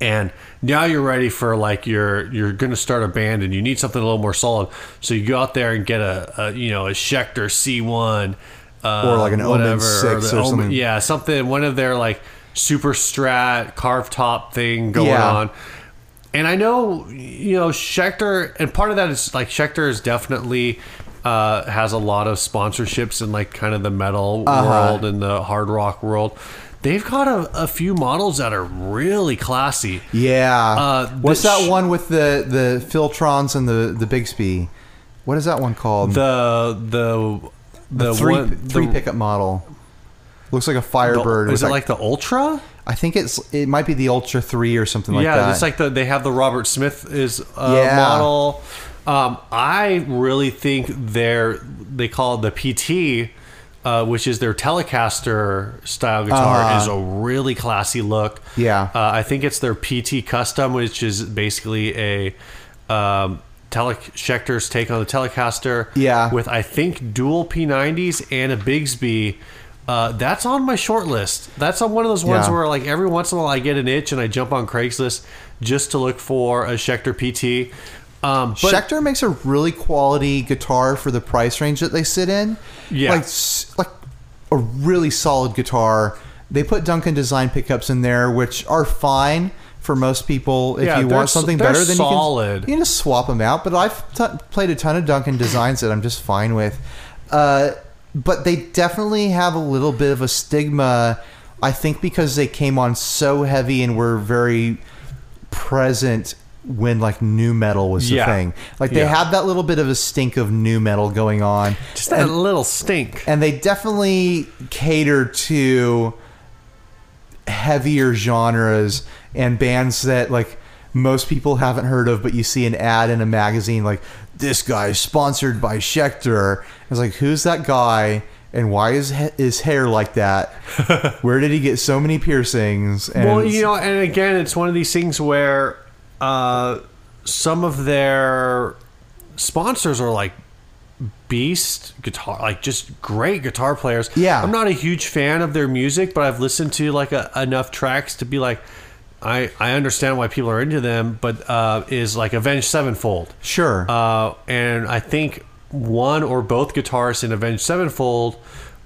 [SPEAKER 2] and now you're ready for like you're you're gonna start a band and you need something a little more solid. So you go out there and get a, a you know a Schecter C one uh,
[SPEAKER 1] Or like an Omen 6 or
[SPEAKER 2] Omen-
[SPEAKER 1] something.
[SPEAKER 2] yeah something one of their like super strat carved top thing going
[SPEAKER 1] Yeah.
[SPEAKER 2] on. And I know, you know, Schecter, and part of that is like Schecter is definitely uh, has a lot of sponsorships in like kind of the metal
[SPEAKER 1] Uh-huh.
[SPEAKER 2] world and the hard rock world. They've got a, a few models that are really classy.
[SPEAKER 1] yeah.
[SPEAKER 2] Uh,
[SPEAKER 1] What's
[SPEAKER 2] the
[SPEAKER 1] that
[SPEAKER 2] sh-
[SPEAKER 1] one with the the Filtrons and the the Bigsby? What is that one called?
[SPEAKER 2] The the the,
[SPEAKER 1] three
[SPEAKER 2] one, the-
[SPEAKER 1] three pickup model. Looks like a
[SPEAKER 2] the-
[SPEAKER 1] Firebird.
[SPEAKER 2] is
[SPEAKER 1] with
[SPEAKER 2] it like the Ultra?
[SPEAKER 1] I think it's it might be the Ultra Three or something like
[SPEAKER 2] yeah,
[SPEAKER 1] that.
[SPEAKER 2] it's like the they have the Robert Smith is uh,
[SPEAKER 1] Yeah.
[SPEAKER 2] model. Um, I really think their they call it the PT, uh, which is their Telecaster style guitar,
[SPEAKER 1] Uh-huh.
[SPEAKER 2] is a really classy look.
[SPEAKER 1] Yeah.
[SPEAKER 2] uh, I think it's their PT Custom, which is basically a um, tele Schecter's take on the Telecaster.
[SPEAKER 1] Yeah.
[SPEAKER 2] with I think dual P90s and a Bigsby. Uh, that's on my short list. That's on one of those ones
[SPEAKER 1] Yeah.
[SPEAKER 2] where where, like every once in a while I get an itch and I jump on Craigslist just to look for a Schecter PT. Um, but
[SPEAKER 1] Schecter makes a really quality guitar for the price range that they sit in.
[SPEAKER 2] Yeah.
[SPEAKER 1] like s- like a really solid guitar. They put Duncan design pickups in there, which are fine for most people. If
[SPEAKER 2] Yeah,
[SPEAKER 1] you
[SPEAKER 2] they're
[SPEAKER 1] want
[SPEAKER 2] s-
[SPEAKER 1] something
[SPEAKER 2] they're
[SPEAKER 1] better, then you
[SPEAKER 2] solid.
[SPEAKER 1] can you can just swap them out. But I've t- played a ton of Duncan designs that I'm just fine with. Uh, but they definitely have a little bit of a stigma, I think, because they came on so heavy and were very present when like new metal was the
[SPEAKER 2] Yeah.
[SPEAKER 1] thing. Like they
[SPEAKER 2] Yeah.
[SPEAKER 1] had that little bit of a stink of new metal going on,
[SPEAKER 2] just that little stink.
[SPEAKER 1] and they definitely cater to heavier genres and bands that like most people haven't heard of, but you see an ad in a magazine like this guy is sponsored by Schecter. It's like who's that guy? And why is he- his hair like that? Where did he get so many piercings? And
[SPEAKER 2] well, you know, and again, it's one of these things where uh, some of their sponsors are like beast guitar, like just great guitar players.
[SPEAKER 1] Yeah.
[SPEAKER 2] I'm not a huge fan of their music, but I've listened to like a, enough tracks to be like, I I understand why people are into them, but uh, is like Avenged Sevenfold.
[SPEAKER 1] sure.
[SPEAKER 2] Uh, and I think one or both guitarists in Avenged Sevenfold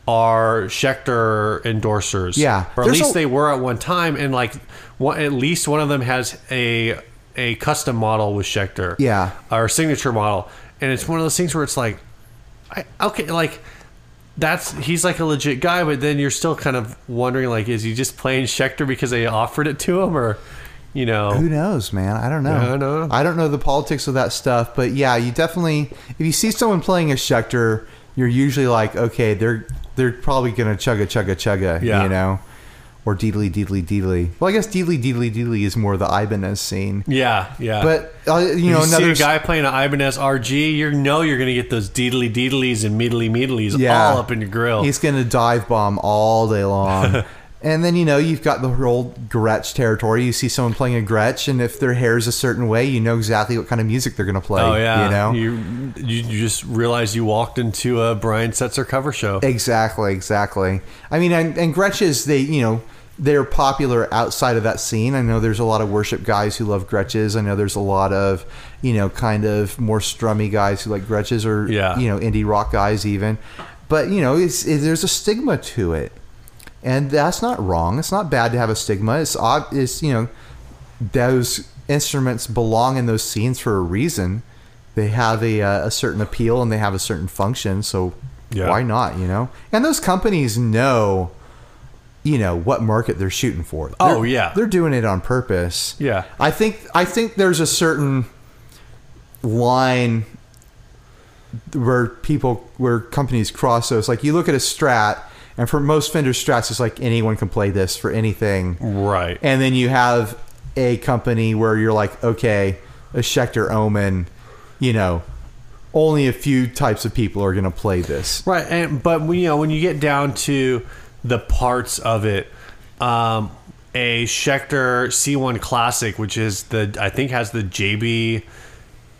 [SPEAKER 2] are Schecter endorsers.
[SPEAKER 1] Yeah.
[SPEAKER 2] Or at
[SPEAKER 1] There's
[SPEAKER 2] least
[SPEAKER 1] a-
[SPEAKER 2] they were at one time. And like, one, at least one of them has a a custom model with Schecter.
[SPEAKER 1] Yeah.
[SPEAKER 2] Or signature model. And it's one of those things where it's like, I, okay, like, that's he's like a legit guy, but then you're still kind of wondering like, is he just playing Schecter because they offered it to him, or you know.
[SPEAKER 1] Who knows, man? I don't know.
[SPEAKER 2] Yeah, I know.
[SPEAKER 1] I don't know the politics of that stuff, but yeah, you definitely if you see someone playing a Schecter, you're usually like, okay, they're they're probably gonna chugga chugga chugga,
[SPEAKER 2] Yeah.
[SPEAKER 1] you know, or deedly deedly deedly. Well, I guess deedly deedly deedly is more the Ibanez scene,
[SPEAKER 2] Yeah, yeah.
[SPEAKER 1] but uh, you know,
[SPEAKER 2] you
[SPEAKER 1] another
[SPEAKER 2] see a guy playing an Ibanez RG, you know you're going to get those deedly deedlies and meedly meedlies
[SPEAKER 1] Yeah.
[SPEAKER 2] all up in your grill.
[SPEAKER 1] He's going to dive bomb all day long. and then, you know, you've got the whole Gretsch territory. You see someone playing a Gretsch, and if their hair is a certain way, you know exactly what kind of music they're going to play.
[SPEAKER 2] oh yeah,
[SPEAKER 1] You know?
[SPEAKER 2] you you you just realize you walked into a Brian Setzer cover show.
[SPEAKER 1] Exactly, exactly. I mean, and, and Gretches, they, you know, they're popular outside of that scene. I know there's a lot of worship guys who love Gretches. I know there's a lot of, you know, kind of more strummy guys who like Gretches or,
[SPEAKER 2] Yeah.
[SPEAKER 1] you know, indie rock guys even. But, you know, it's, it, there's a stigma to it. And that's not wrong. It's not bad to have a stigma. It's, ob- it's you know, those instruments belong in those scenes for a reason. They have a, uh, a certain appeal and they have a certain function. So
[SPEAKER 2] Yeah.
[SPEAKER 1] why not? You know, and those companies know, you know, what market they're shooting for.
[SPEAKER 2] Oh,
[SPEAKER 1] They're-
[SPEAKER 2] yeah.
[SPEAKER 1] they're doing it on purpose.
[SPEAKER 2] Yeah.
[SPEAKER 1] I think I think there's a certain line where people where companies cross those. Like you look at a Strat, and for most Fender Strats, it's like anyone can play this for anything.
[SPEAKER 2] Mm. Right.
[SPEAKER 1] And then you have a company where you're like, okay, a Schecter Omen, you know, only a few types of people are going to play this.
[SPEAKER 2] Right, and but when, you know when you get down to the parts of it, um, a Schecter C1 Classic, which is the I think has the JB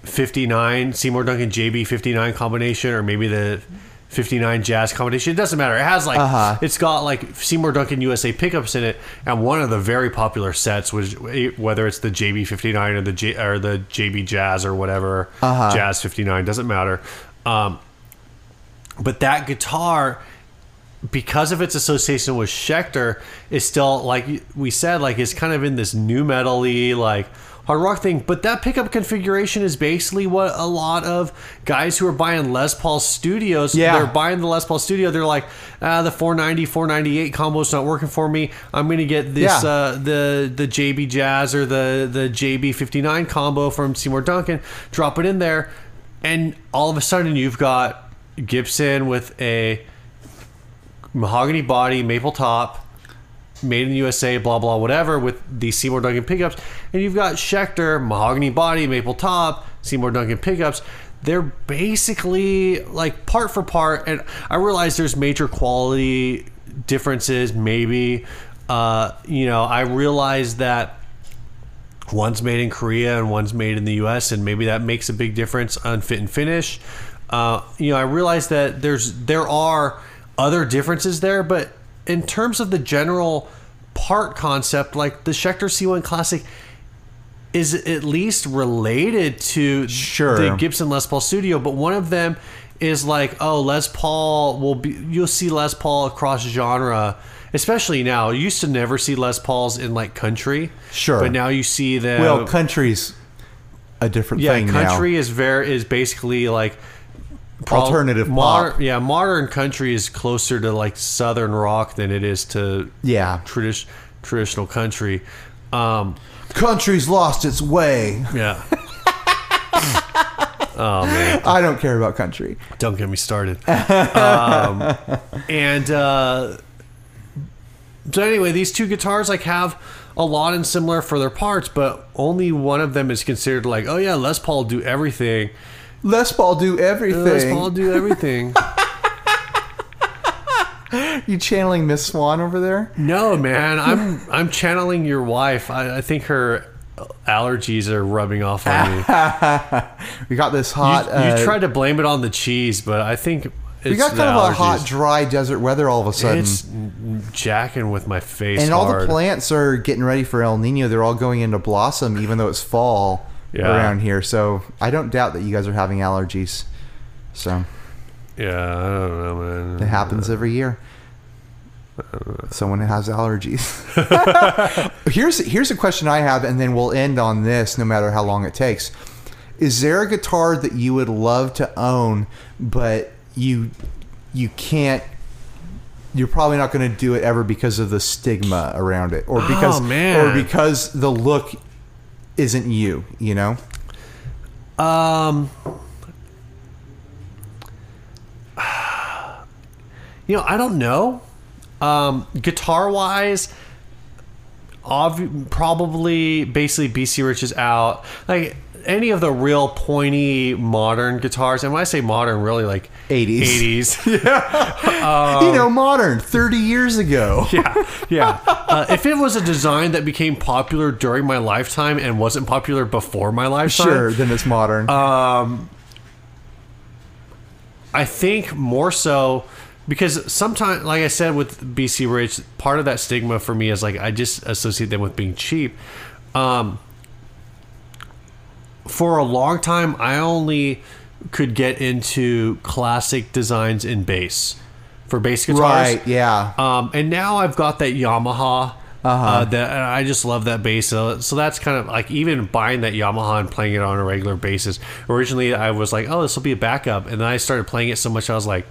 [SPEAKER 2] fifty nine Seymour Duncan JB fifty nine combination, or maybe the fifty nine Jazz combination. It doesn't matter. It has like
[SPEAKER 1] Uh-huh.
[SPEAKER 2] it's got like Seymour Duncan USA pickups in it, and one of the very popular sets was whether it's the JB fifty nine or the J, or the JB Jazz or whatever
[SPEAKER 1] Uh-huh.
[SPEAKER 2] Jazz fifty nine doesn't matter. Um, but that guitar because of its association with Schecter is still like we said like it's kind of in this new metally like hard rock thing but that pickup configuration is basically what a lot of guys who are buying Les Paul studios
[SPEAKER 1] Yeah.
[SPEAKER 2] they're buying the Les Paul studio they're like ah, the 490 498 combo's not working for me I'm gonna get this
[SPEAKER 1] Yeah.
[SPEAKER 2] uh, the the JB Jazz or the the JB 59 combo from Seymour Duncan drop it in there and all of a sudden you've got Gibson with a mahogany body, maple top, made in the USA, blah blah whatever, with the Seymour Duncan pickups, and you've got Schecter, mahogany body, maple top, Seymour Duncan pickups. They're basically like part for part, and I realize there's major quality differences. Maybe, uh, you know, I realize that one's made in Korea and one's made in the U.S. and maybe that makes a big difference on fit and finish. Uh, you know, I realize that there's there are other differences there, but in terms of the general part concept, like the Schecter C1 Classic is at least related to
[SPEAKER 1] Sure.
[SPEAKER 2] the Gibson Les Paul Studio, but one of them is like, oh, Les Paul will be. You'll see Les Paul across genre, especially now. You used to never see Les Pauls in like country,
[SPEAKER 1] Sure.
[SPEAKER 2] but now you see them.
[SPEAKER 1] Well, country's a different
[SPEAKER 2] yeah,
[SPEAKER 1] thing
[SPEAKER 2] country
[SPEAKER 1] now.
[SPEAKER 2] is very is basically like prob-
[SPEAKER 1] Alternative
[SPEAKER 2] moder-
[SPEAKER 1] pop.
[SPEAKER 2] Yeah, modern country is closer to like southern rock than it is to
[SPEAKER 1] Yeah.
[SPEAKER 2] tradi- traditional country. Um,
[SPEAKER 1] Country's lost its way.
[SPEAKER 2] yeah, oh man.
[SPEAKER 1] I don't care about country.
[SPEAKER 2] Don't get me started. um, and uh, so anyway, these two guitars like have a lot in similar for their parts, but only one of them is considered like, oh yeah, Les Paul do everything.
[SPEAKER 1] Les Paul do everything.
[SPEAKER 2] Les Paul do everything.
[SPEAKER 1] You channeling Miss Swan over there?
[SPEAKER 2] no man, I'm I'm channeling your wife. I, I think her allergies are rubbing off on me.
[SPEAKER 1] We got this hot.
[SPEAKER 2] you,
[SPEAKER 1] uh,
[SPEAKER 2] you tried to blame it on the cheese, but I think it's
[SPEAKER 1] we got
[SPEAKER 2] the
[SPEAKER 1] kind of a hot,
[SPEAKER 2] allergies.
[SPEAKER 1] dry desert weather all of a sudden,
[SPEAKER 2] It's n- jacking with my face
[SPEAKER 1] and all the
[SPEAKER 2] hard.
[SPEAKER 1] plants are getting ready for El Nino. They're all going into blossom, even though it's fall
[SPEAKER 2] Yeah.
[SPEAKER 1] around here. So I don't doubt that you guys are having allergies. So
[SPEAKER 2] Yeah, I don't know, man.
[SPEAKER 1] it happens every year. Uh, Someone has allergies. here's here's a question I have, and then we'll end on this, no matter how long it takes. Is there a guitar that you would love to own, but you you can't you're probably not going to do it ever because of the stigma around it, or because,
[SPEAKER 2] Oh, man.
[SPEAKER 1] or because the look isn't you. You know,
[SPEAKER 2] Um, you know, I don't know. Um, guitar wise, obv- probably basically BC Rich is out. Like any of the real pointy modern guitars, and when I say modern, really like
[SPEAKER 1] 80s.
[SPEAKER 2] 80s.
[SPEAKER 1] you know, modern, thirty years ago.
[SPEAKER 2] Um, yeah, yeah. Uh, if it was a design that became popular during my lifetime and wasn't popular before my lifetime,
[SPEAKER 1] Sure, then it's modern.
[SPEAKER 2] Uh, I think more so because sometimes, like I said with BC Rich, part of that stigma for me is like I just associate them with being cheap. Um, for a long time, I only could get into classic designs in bass for bass guitars.
[SPEAKER 1] right? Yeah.
[SPEAKER 2] Um, and now I've got that Yamaha. Uh, that and I just love that bass. So, so that's kind of like even buying that Yamaha and playing it on a regular basis. Originally, I was like, "Oh, this will be a backup," and then I started playing it so much, I was like,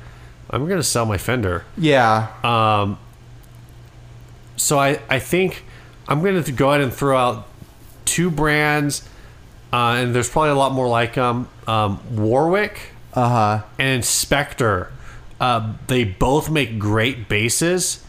[SPEAKER 2] "I'm gonna sell my Fender."
[SPEAKER 1] Yeah.
[SPEAKER 2] So I, I think I'm gonna th- go ahead and throw out two brands, uh, and there's probably a lot more like 'em. Um, Warwick
[SPEAKER 1] uh huh.
[SPEAKER 2] and Spectre. Uh, they both make great bases.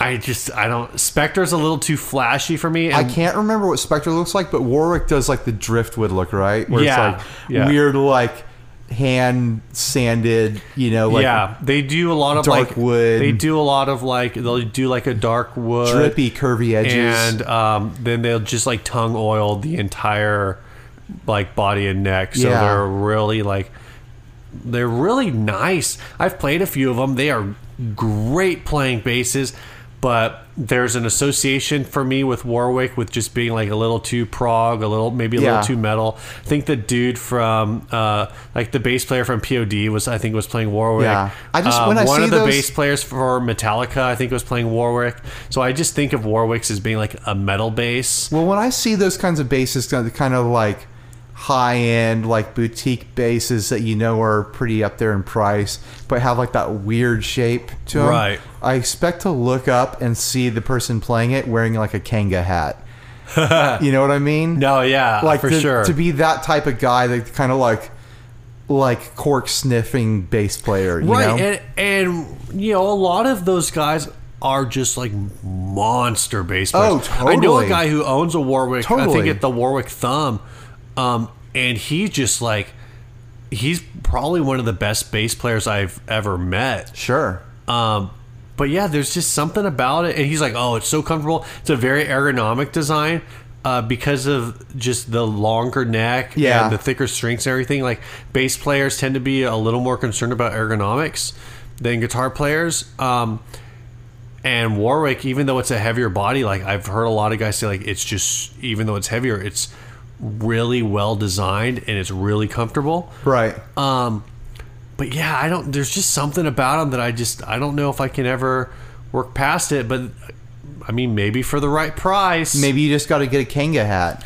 [SPEAKER 2] I just I don't Spectre's a little too flashy for me.
[SPEAKER 1] I
[SPEAKER 2] and-
[SPEAKER 1] can't remember what Spectre looks like, but Warwick does like the driftwood look, right? Where
[SPEAKER 2] Yeah,
[SPEAKER 1] it's like
[SPEAKER 2] yeah.
[SPEAKER 1] weird, like hand sanded, you know, like
[SPEAKER 2] yeah, they do a lot of
[SPEAKER 1] dark
[SPEAKER 2] like
[SPEAKER 1] wood.
[SPEAKER 2] They do a lot of like they'll do like a dark wood
[SPEAKER 1] drippy, curvy edges.
[SPEAKER 2] and um, then they'll just like tongue oil the entire like body and neck. So
[SPEAKER 1] Yeah.
[SPEAKER 2] they're really like they're really nice. I've played a few of them. They are great playing basses, but there's an association for me with Warwick with just being like a little too prog, a little maybe a
[SPEAKER 1] Yeah.
[SPEAKER 2] little too metal. I think the dude from uh, like the bass player from POD was I think was playing Warwick.
[SPEAKER 1] Yeah. I just-
[SPEAKER 2] Um,
[SPEAKER 1] when I
[SPEAKER 2] one
[SPEAKER 1] see
[SPEAKER 2] of the
[SPEAKER 1] those-
[SPEAKER 2] bass players for Metallica, I think was playing Warwick. So I just think of Warwick's as being like a metal bass.
[SPEAKER 1] well, when I see those kinds of bases, kind of- kind of like high end, like boutique bases that you know are pretty up there in price, but have like that weird shape to them.
[SPEAKER 2] Right.
[SPEAKER 1] I expect to look up and see the person playing it wearing like a Kanga hat. you know what I mean?
[SPEAKER 2] No, yeah,
[SPEAKER 1] like
[SPEAKER 2] Uh, for
[SPEAKER 1] to,
[SPEAKER 2] sure.
[SPEAKER 1] to be that type of guy that kind of like like cork sniffing bass player you
[SPEAKER 2] right,
[SPEAKER 1] know?
[SPEAKER 2] and and you know a lot of those guys are just like monster bass players.
[SPEAKER 1] Oh,
[SPEAKER 2] I know a
[SPEAKER 1] totally.
[SPEAKER 2] guy who owns a Warwick. I think
[SPEAKER 1] Totally.
[SPEAKER 2] at the Warwick Thumb, um, and he just like he's probably one of the best bass players I've ever met.
[SPEAKER 1] sure
[SPEAKER 2] Um, but yeah, there's just something about it, and he's like, "Oh, it's so comfortable. It's a very ergonomic design uh, because of just the longer neck
[SPEAKER 1] Yeah.
[SPEAKER 2] and the thicker strings and everything. Like bass players tend to be a little more concerned about ergonomics than guitar players. Um, and Warwick, even though it's a heavier body, like I've heard a lot of guys say, like it's just even though it's heavier, it's really well designed and it's really comfortable
[SPEAKER 1] right
[SPEAKER 2] Um, but yeah, I don't. There's just something about them that I just I don't know if I can ever work past it. But I mean, maybe for the right price.
[SPEAKER 1] maybe you just got to get a kanga hat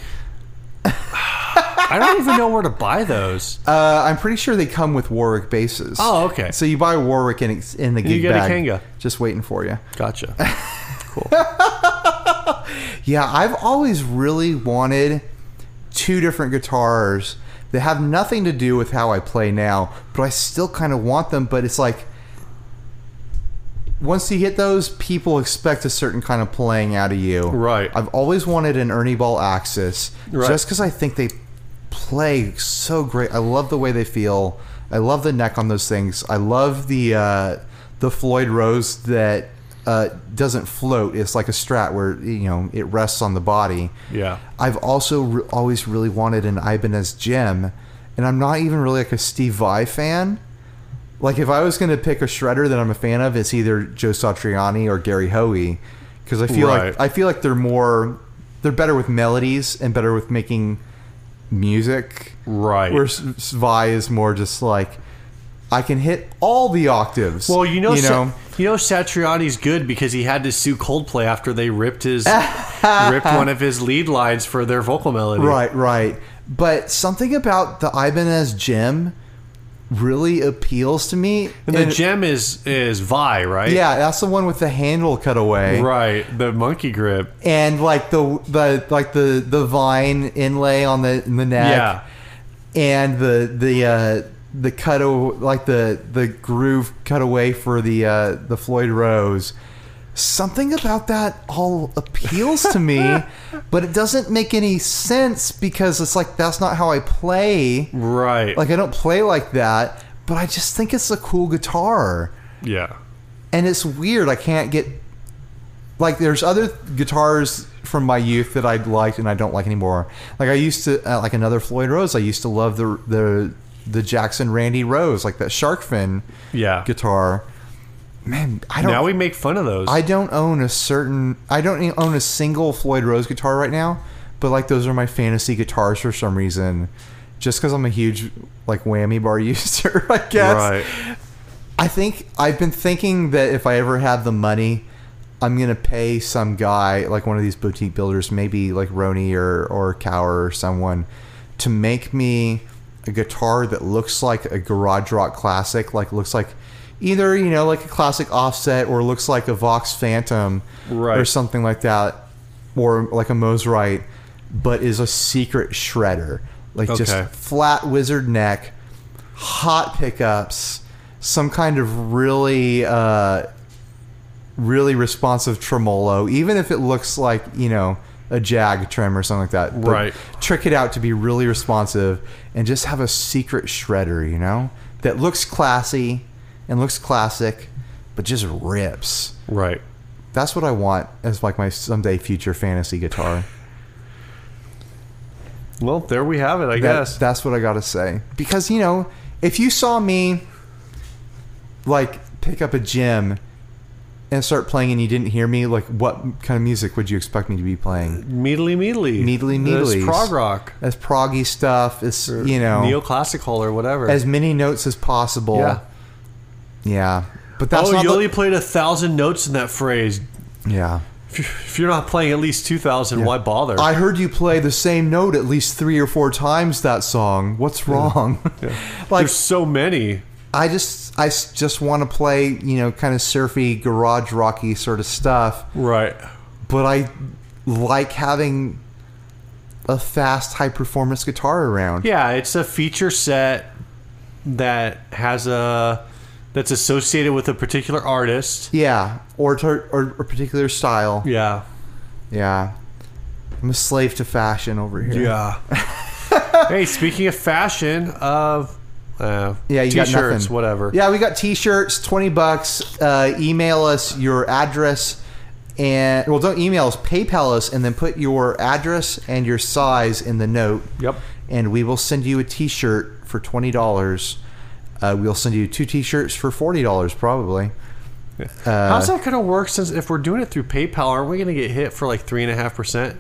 [SPEAKER 2] I don't even know where to buy those.
[SPEAKER 1] uh, i'm pretty sure they come with warwick bases
[SPEAKER 2] Oh, okay.
[SPEAKER 1] so you buy warwick in, it's- in the gig
[SPEAKER 2] get a
[SPEAKER 1] bag,
[SPEAKER 2] Kanga.
[SPEAKER 1] just waiting for you
[SPEAKER 2] Gotcha.
[SPEAKER 1] Yeah, I've always really wanted two different guitars that have nothing to do with how I play now, but I still kind of want them. But it's like once you get those, people expect a certain kind of playing out of you.
[SPEAKER 2] Right.
[SPEAKER 1] I've always wanted an Ernie Ball Axis
[SPEAKER 2] Right.
[SPEAKER 1] just because I think they play so great. I love the way they feel. I love the neck on those things. I love the uh, the Floyd Rose that uh, doesn't float. It's like a Strat where you know it rests on the body.
[SPEAKER 2] Yeah.
[SPEAKER 1] I've also re- always really wanted an Ibanez Gem, and I'm not even really like a Steve Vai fan. Like if I was going to pick a shredder that I'm a fan of, it's either Joe Satriani or Gary Hoey, because I feel
[SPEAKER 2] Right.
[SPEAKER 1] like I feel like they're more they're better with melodies and better with making music.
[SPEAKER 2] Right.
[SPEAKER 1] Where S- S- Vi is more just like I can hit all the octaves.
[SPEAKER 2] Well, you know,
[SPEAKER 1] you
[SPEAKER 2] you
[SPEAKER 1] know.
[SPEAKER 2] know, you know Satriani's good because he had to sue Coldplay after they ripped his ripped one of his lead lines for their vocal melody.
[SPEAKER 1] Right, right. But something about the Ibanez gem really appeals to me.
[SPEAKER 2] And the gem is is Vi, right?
[SPEAKER 1] yeah, that's the one with the handle cut away.
[SPEAKER 2] Right. The monkey grip.
[SPEAKER 1] and like the the like the the vine inlay on the in the neck and the the uh the cut o- like the the groove cutaway for the uh the Floyd Rose something about that all appeals to me but it doesn't make any sense because it's like that's not how I play
[SPEAKER 2] Yeah. Right.
[SPEAKER 1] like I don't play like that but I just think it's a cool guitar
[SPEAKER 2] yeah.
[SPEAKER 1] and it's weird. I can't get like there's other guitars from my youth that I liked and I don't like anymore. Like I used to uh, like another Floyd Rose. I used to love the the the Jackson Randy Rose, like that shark fin
[SPEAKER 2] Yeah.
[SPEAKER 1] guitar. Man, I don't.
[SPEAKER 2] Now we make fun of those.
[SPEAKER 1] I don't own a certain. I don't e- own a single Floyd Rose guitar right now, but like those are my fantasy guitars for some reason. Just because I'm a huge like whammy bar user, I guess.
[SPEAKER 2] right.
[SPEAKER 1] I think I've been thinking that if I ever have the money, I'm gonna pay some guy like one of these boutique builders, maybe like Roni or or Cower or someone, to make me a guitar that looks like a garage rock classic, like looks like either you know like a classic offset or looks like a Vox Phantom
[SPEAKER 2] Right.
[SPEAKER 1] or something like that, or like a Mosrite, but is a secret shredder, like
[SPEAKER 2] Okay.
[SPEAKER 1] just flat wizard neck, hot pickups, some kind of really, uh, really responsive tremolo, even if it looks like, you know, a jag trim or something like that. But
[SPEAKER 2] Right.
[SPEAKER 1] Trick it out to be really responsive and just have a secret shredder, you know, that looks classy and looks classic, but just rips.
[SPEAKER 2] Right.
[SPEAKER 1] That's what I want as like my someday future fantasy guitar.
[SPEAKER 2] Well, there we have it. I
[SPEAKER 1] That-
[SPEAKER 2] guess.
[SPEAKER 1] that's what I gotta say. Because you know, if you saw me like pick up a gym and start playing, and you didn't hear me, like what kind of music would you expect me to be playing?
[SPEAKER 2] meadly meadly.
[SPEAKER 1] Meadly
[SPEAKER 2] It's
[SPEAKER 1] meadlies.
[SPEAKER 2] prog rock.
[SPEAKER 1] As proggy stuff, as you know,
[SPEAKER 2] Neoclassical or whatever.
[SPEAKER 1] as many notes as possible.
[SPEAKER 2] Yeah.
[SPEAKER 1] Yeah. But that's
[SPEAKER 2] oh,
[SPEAKER 1] not
[SPEAKER 2] you
[SPEAKER 1] the-
[SPEAKER 2] only played a thousand notes in that phrase.
[SPEAKER 1] yeah.
[SPEAKER 2] If you- If you're not playing at least two thousand, why bother?
[SPEAKER 1] I heard you play the same note at least three or four times that song. What's wrong? like
[SPEAKER 2] There's so many.
[SPEAKER 1] I just I s- just want to play, you know, kind of surfy, garage rocky sort of stuff,
[SPEAKER 2] Right.
[SPEAKER 1] but I like having a fast, high performance guitar around.
[SPEAKER 2] Yeah, it's a feature set that has a that's associated with a particular artist.
[SPEAKER 1] Yeah, or to, or a particular style.
[SPEAKER 2] Yeah.
[SPEAKER 1] Yeah. I'm a slave to fashion over here.
[SPEAKER 2] Yeah. hey, speaking of fashion, of uh,
[SPEAKER 1] Yeah, you got
[SPEAKER 2] t-shirts,
[SPEAKER 1] nothing.
[SPEAKER 2] whatever.
[SPEAKER 1] Yeah, we got T-shirts, twenty bucks. Uh, email us your address, and well, don't email us, PayPal us, and then put your address and your size in the note.
[SPEAKER 2] Yep.
[SPEAKER 1] And we will send you a T-shirt for twenty dollars. Uh, we'll send you two T-shirts for forty dollars, probably.
[SPEAKER 2] How's that gonna work? Since if we're doing it through PayPal, aren't we gonna get hit for like three and a half percent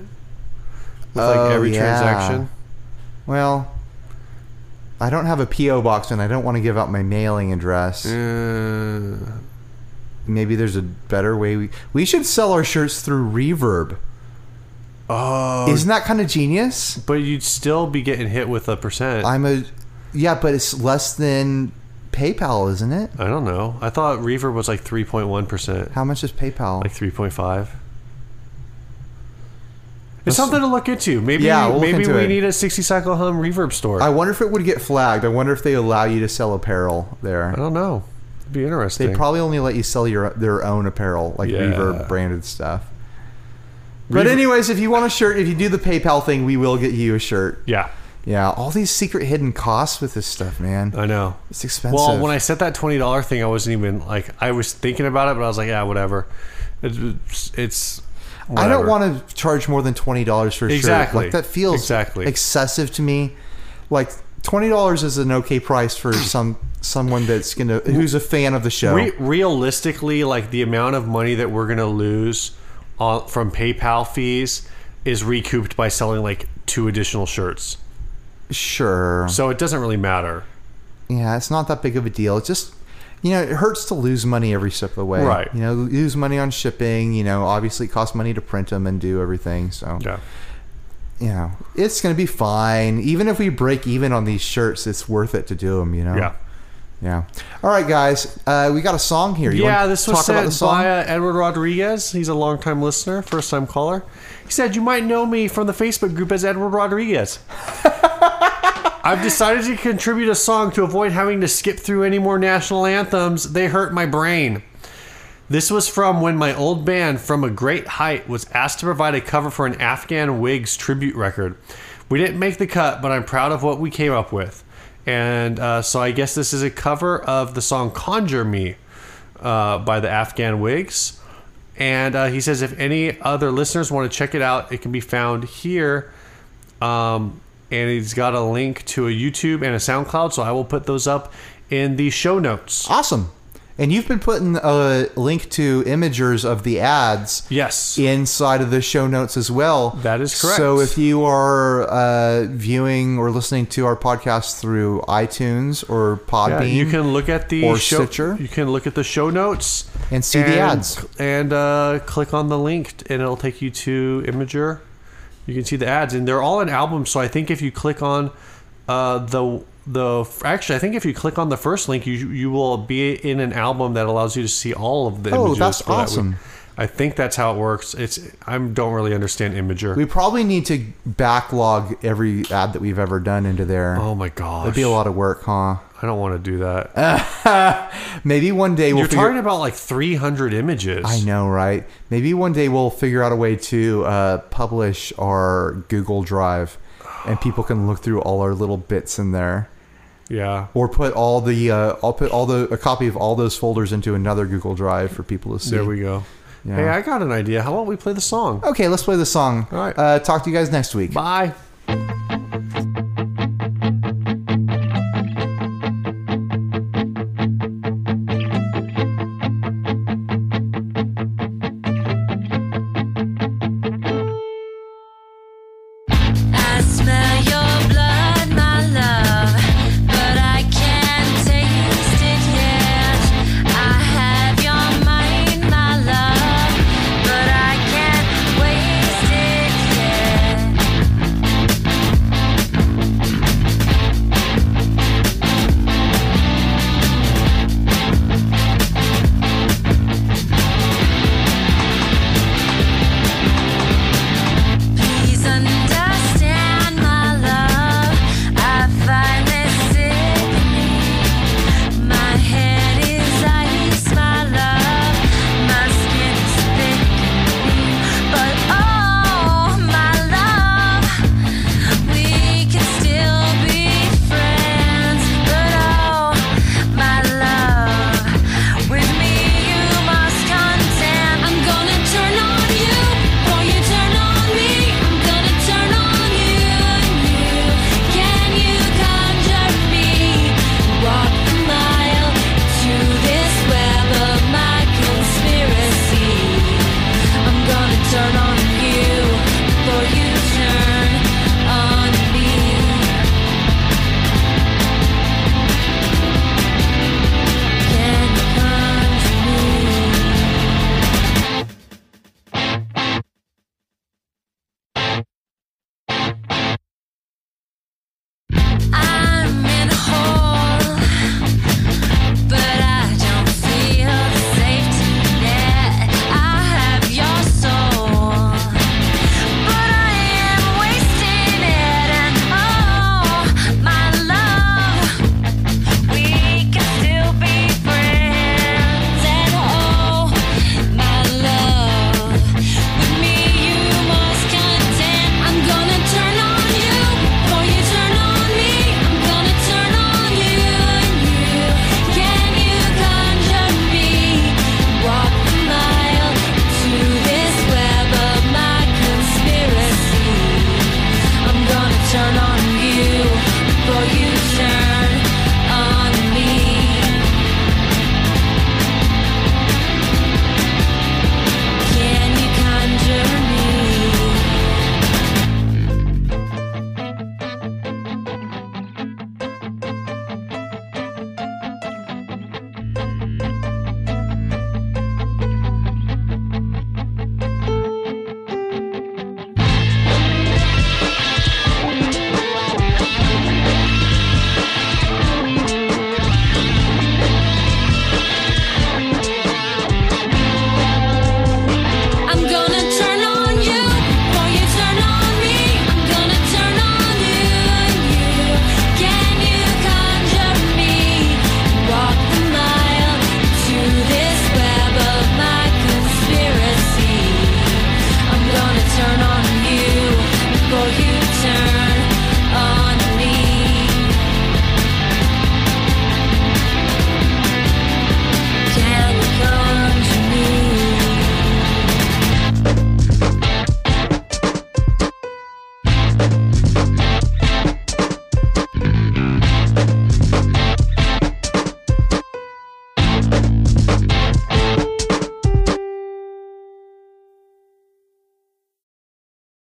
[SPEAKER 2] with like
[SPEAKER 1] Oh,
[SPEAKER 2] every
[SPEAKER 1] yeah.
[SPEAKER 2] transaction?
[SPEAKER 1] Well, I don't have a PO box, and I don't want to give out my mailing address.
[SPEAKER 2] Mm. Uh,
[SPEAKER 1] Maybe there's a better way. We we should sell our shirts through Reverb.
[SPEAKER 2] oh,
[SPEAKER 1] Isn't that kind of genius?
[SPEAKER 2] but you'd still be getting hit with a percent. I,
[SPEAKER 1] I'm a yeah, but it's less than PayPal, isn't it?
[SPEAKER 2] don't know. I thought Reverb was like three point one percent,
[SPEAKER 1] How much is PayPal?
[SPEAKER 2] like three point five. It's something to look into. Maybe
[SPEAKER 1] Yeah, we'll look
[SPEAKER 2] maybe
[SPEAKER 1] into
[SPEAKER 2] we
[SPEAKER 1] it.
[SPEAKER 2] need a sixty cycle hum reverb store.
[SPEAKER 1] I
[SPEAKER 2] I,
[SPEAKER 1] wonder if it would get flagged. I wonder if they allow you to sell apparel there.
[SPEAKER 2] don't know. It'd be interesting.
[SPEAKER 1] They probably only let you sell your their own apparel, like
[SPEAKER 2] Yeah.
[SPEAKER 1] Reverb branded stuff. But
[SPEAKER 2] Reverb-
[SPEAKER 1] anyways, if you want a shirt, if you do the PayPal thing, we will get you a shirt.
[SPEAKER 2] yeah,
[SPEAKER 1] Yeah, all these secret hidden costs with this stuff, man.
[SPEAKER 2] I know.
[SPEAKER 1] It's expensive.
[SPEAKER 2] Uh, Well, when I set that twenty dollar thing, I wasn't even like I was thinking about it, but I was like, yeah, whatever. It's it's.
[SPEAKER 1] I don't
[SPEAKER 2] whatever.
[SPEAKER 1] want to charge more than twenty dollars for a
[SPEAKER 2] Exactly.
[SPEAKER 1] shirt. Like that feels
[SPEAKER 2] Exactly.
[SPEAKER 1] excessive to me. Like twenty dollars is an okay price for some someone that's gonna who's a fan of the show.
[SPEAKER 2] Re- realistically, like the amount of money that we're gonna lose on, from PayPal fees is recouped by selling like two additional shirts.
[SPEAKER 1] sure.
[SPEAKER 2] So it doesn't really matter,
[SPEAKER 1] Yeah, it's not that big of a deal. It's just you know, it hurts to lose money every step of the way.
[SPEAKER 2] Right.
[SPEAKER 1] You know, lose money on shipping. You know, obviously it costs money to print them and do everything. So,
[SPEAKER 2] yeah.
[SPEAKER 1] you know, it's going to be fine. Even if we break even on these shirts, it's worth it to do them, you know?
[SPEAKER 2] Yeah.
[SPEAKER 1] Yeah. All right, guys. Uh, we got a song here. You
[SPEAKER 2] yeah,
[SPEAKER 1] wanna
[SPEAKER 2] this
[SPEAKER 1] talk
[SPEAKER 2] was
[SPEAKER 1] about
[SPEAKER 2] sent
[SPEAKER 1] the song.
[SPEAKER 2] by uh, Edward Rodriguez. He's a longtime listener, first time caller. He said, You might know me from the Facebook group as Edward Rodriguez. I've decided to contribute a song to avoid having to skip through any more national anthems. They hurt my brain. This was from when my old band, From a Great Height, was asked to provide a cover for an Afghan Wigs tribute record. We didn't make the cut, but I'm proud of what we came up with. And uh, so I guess this is a cover of the song Conjure Me uh, by the Afghan Wigs. And uh, he says if any other listeners want to check it out, it can be found here. Um, and he's got a link to a YouTube and a SoundCloud, so I will put those up in the show notes.
[SPEAKER 1] Awesome. And you've been putting a link to imagers of the ads.
[SPEAKER 2] Yes.
[SPEAKER 1] inside of the show notes as well.
[SPEAKER 2] That is correct.
[SPEAKER 1] So if you are uh, viewing or listening to our podcast through iTunes or Podbean,
[SPEAKER 2] Yeah, you can look at the
[SPEAKER 1] or
[SPEAKER 2] show,
[SPEAKER 1] Stitcher.
[SPEAKER 2] You can look at the show notes
[SPEAKER 1] And see the ads.
[SPEAKER 2] and uh, click on the link, and it'll take you to Imager. You can see the ads, and they're all in albums. So I think if you click on uh, the the actually, I think if you click on the first link, you you will be in an album that allows you to see all of the.
[SPEAKER 1] Oh,
[SPEAKER 2] images
[SPEAKER 1] that's
[SPEAKER 2] for that week.
[SPEAKER 1] awesome.
[SPEAKER 2] I think that's how it works. It's I don't really understand Imager.
[SPEAKER 1] we probably need to backlog every ad that we've ever done into there.
[SPEAKER 2] oh my gosh,
[SPEAKER 1] It'd be a Uh, lot of work, huh?
[SPEAKER 2] I don't want to do that.
[SPEAKER 1] Maybe one day we'll
[SPEAKER 2] You're
[SPEAKER 1] figure.
[SPEAKER 2] talking about like 300 images.
[SPEAKER 1] I know, right? Maybe one day we'll figure out a way to uh, publish our Google Drive, and people can look through all our little bits in there.
[SPEAKER 2] Yeah.
[SPEAKER 1] or put all the uh, I'll put all the a copy of all those folders into another Google Drive for people to see.
[SPEAKER 2] There we go.
[SPEAKER 1] Yeah.
[SPEAKER 2] Hey, I got an idea. How about we play the song?
[SPEAKER 1] okay, let's play the song.
[SPEAKER 2] All right.
[SPEAKER 1] Uh, talk to you guys next week.
[SPEAKER 2] Bye.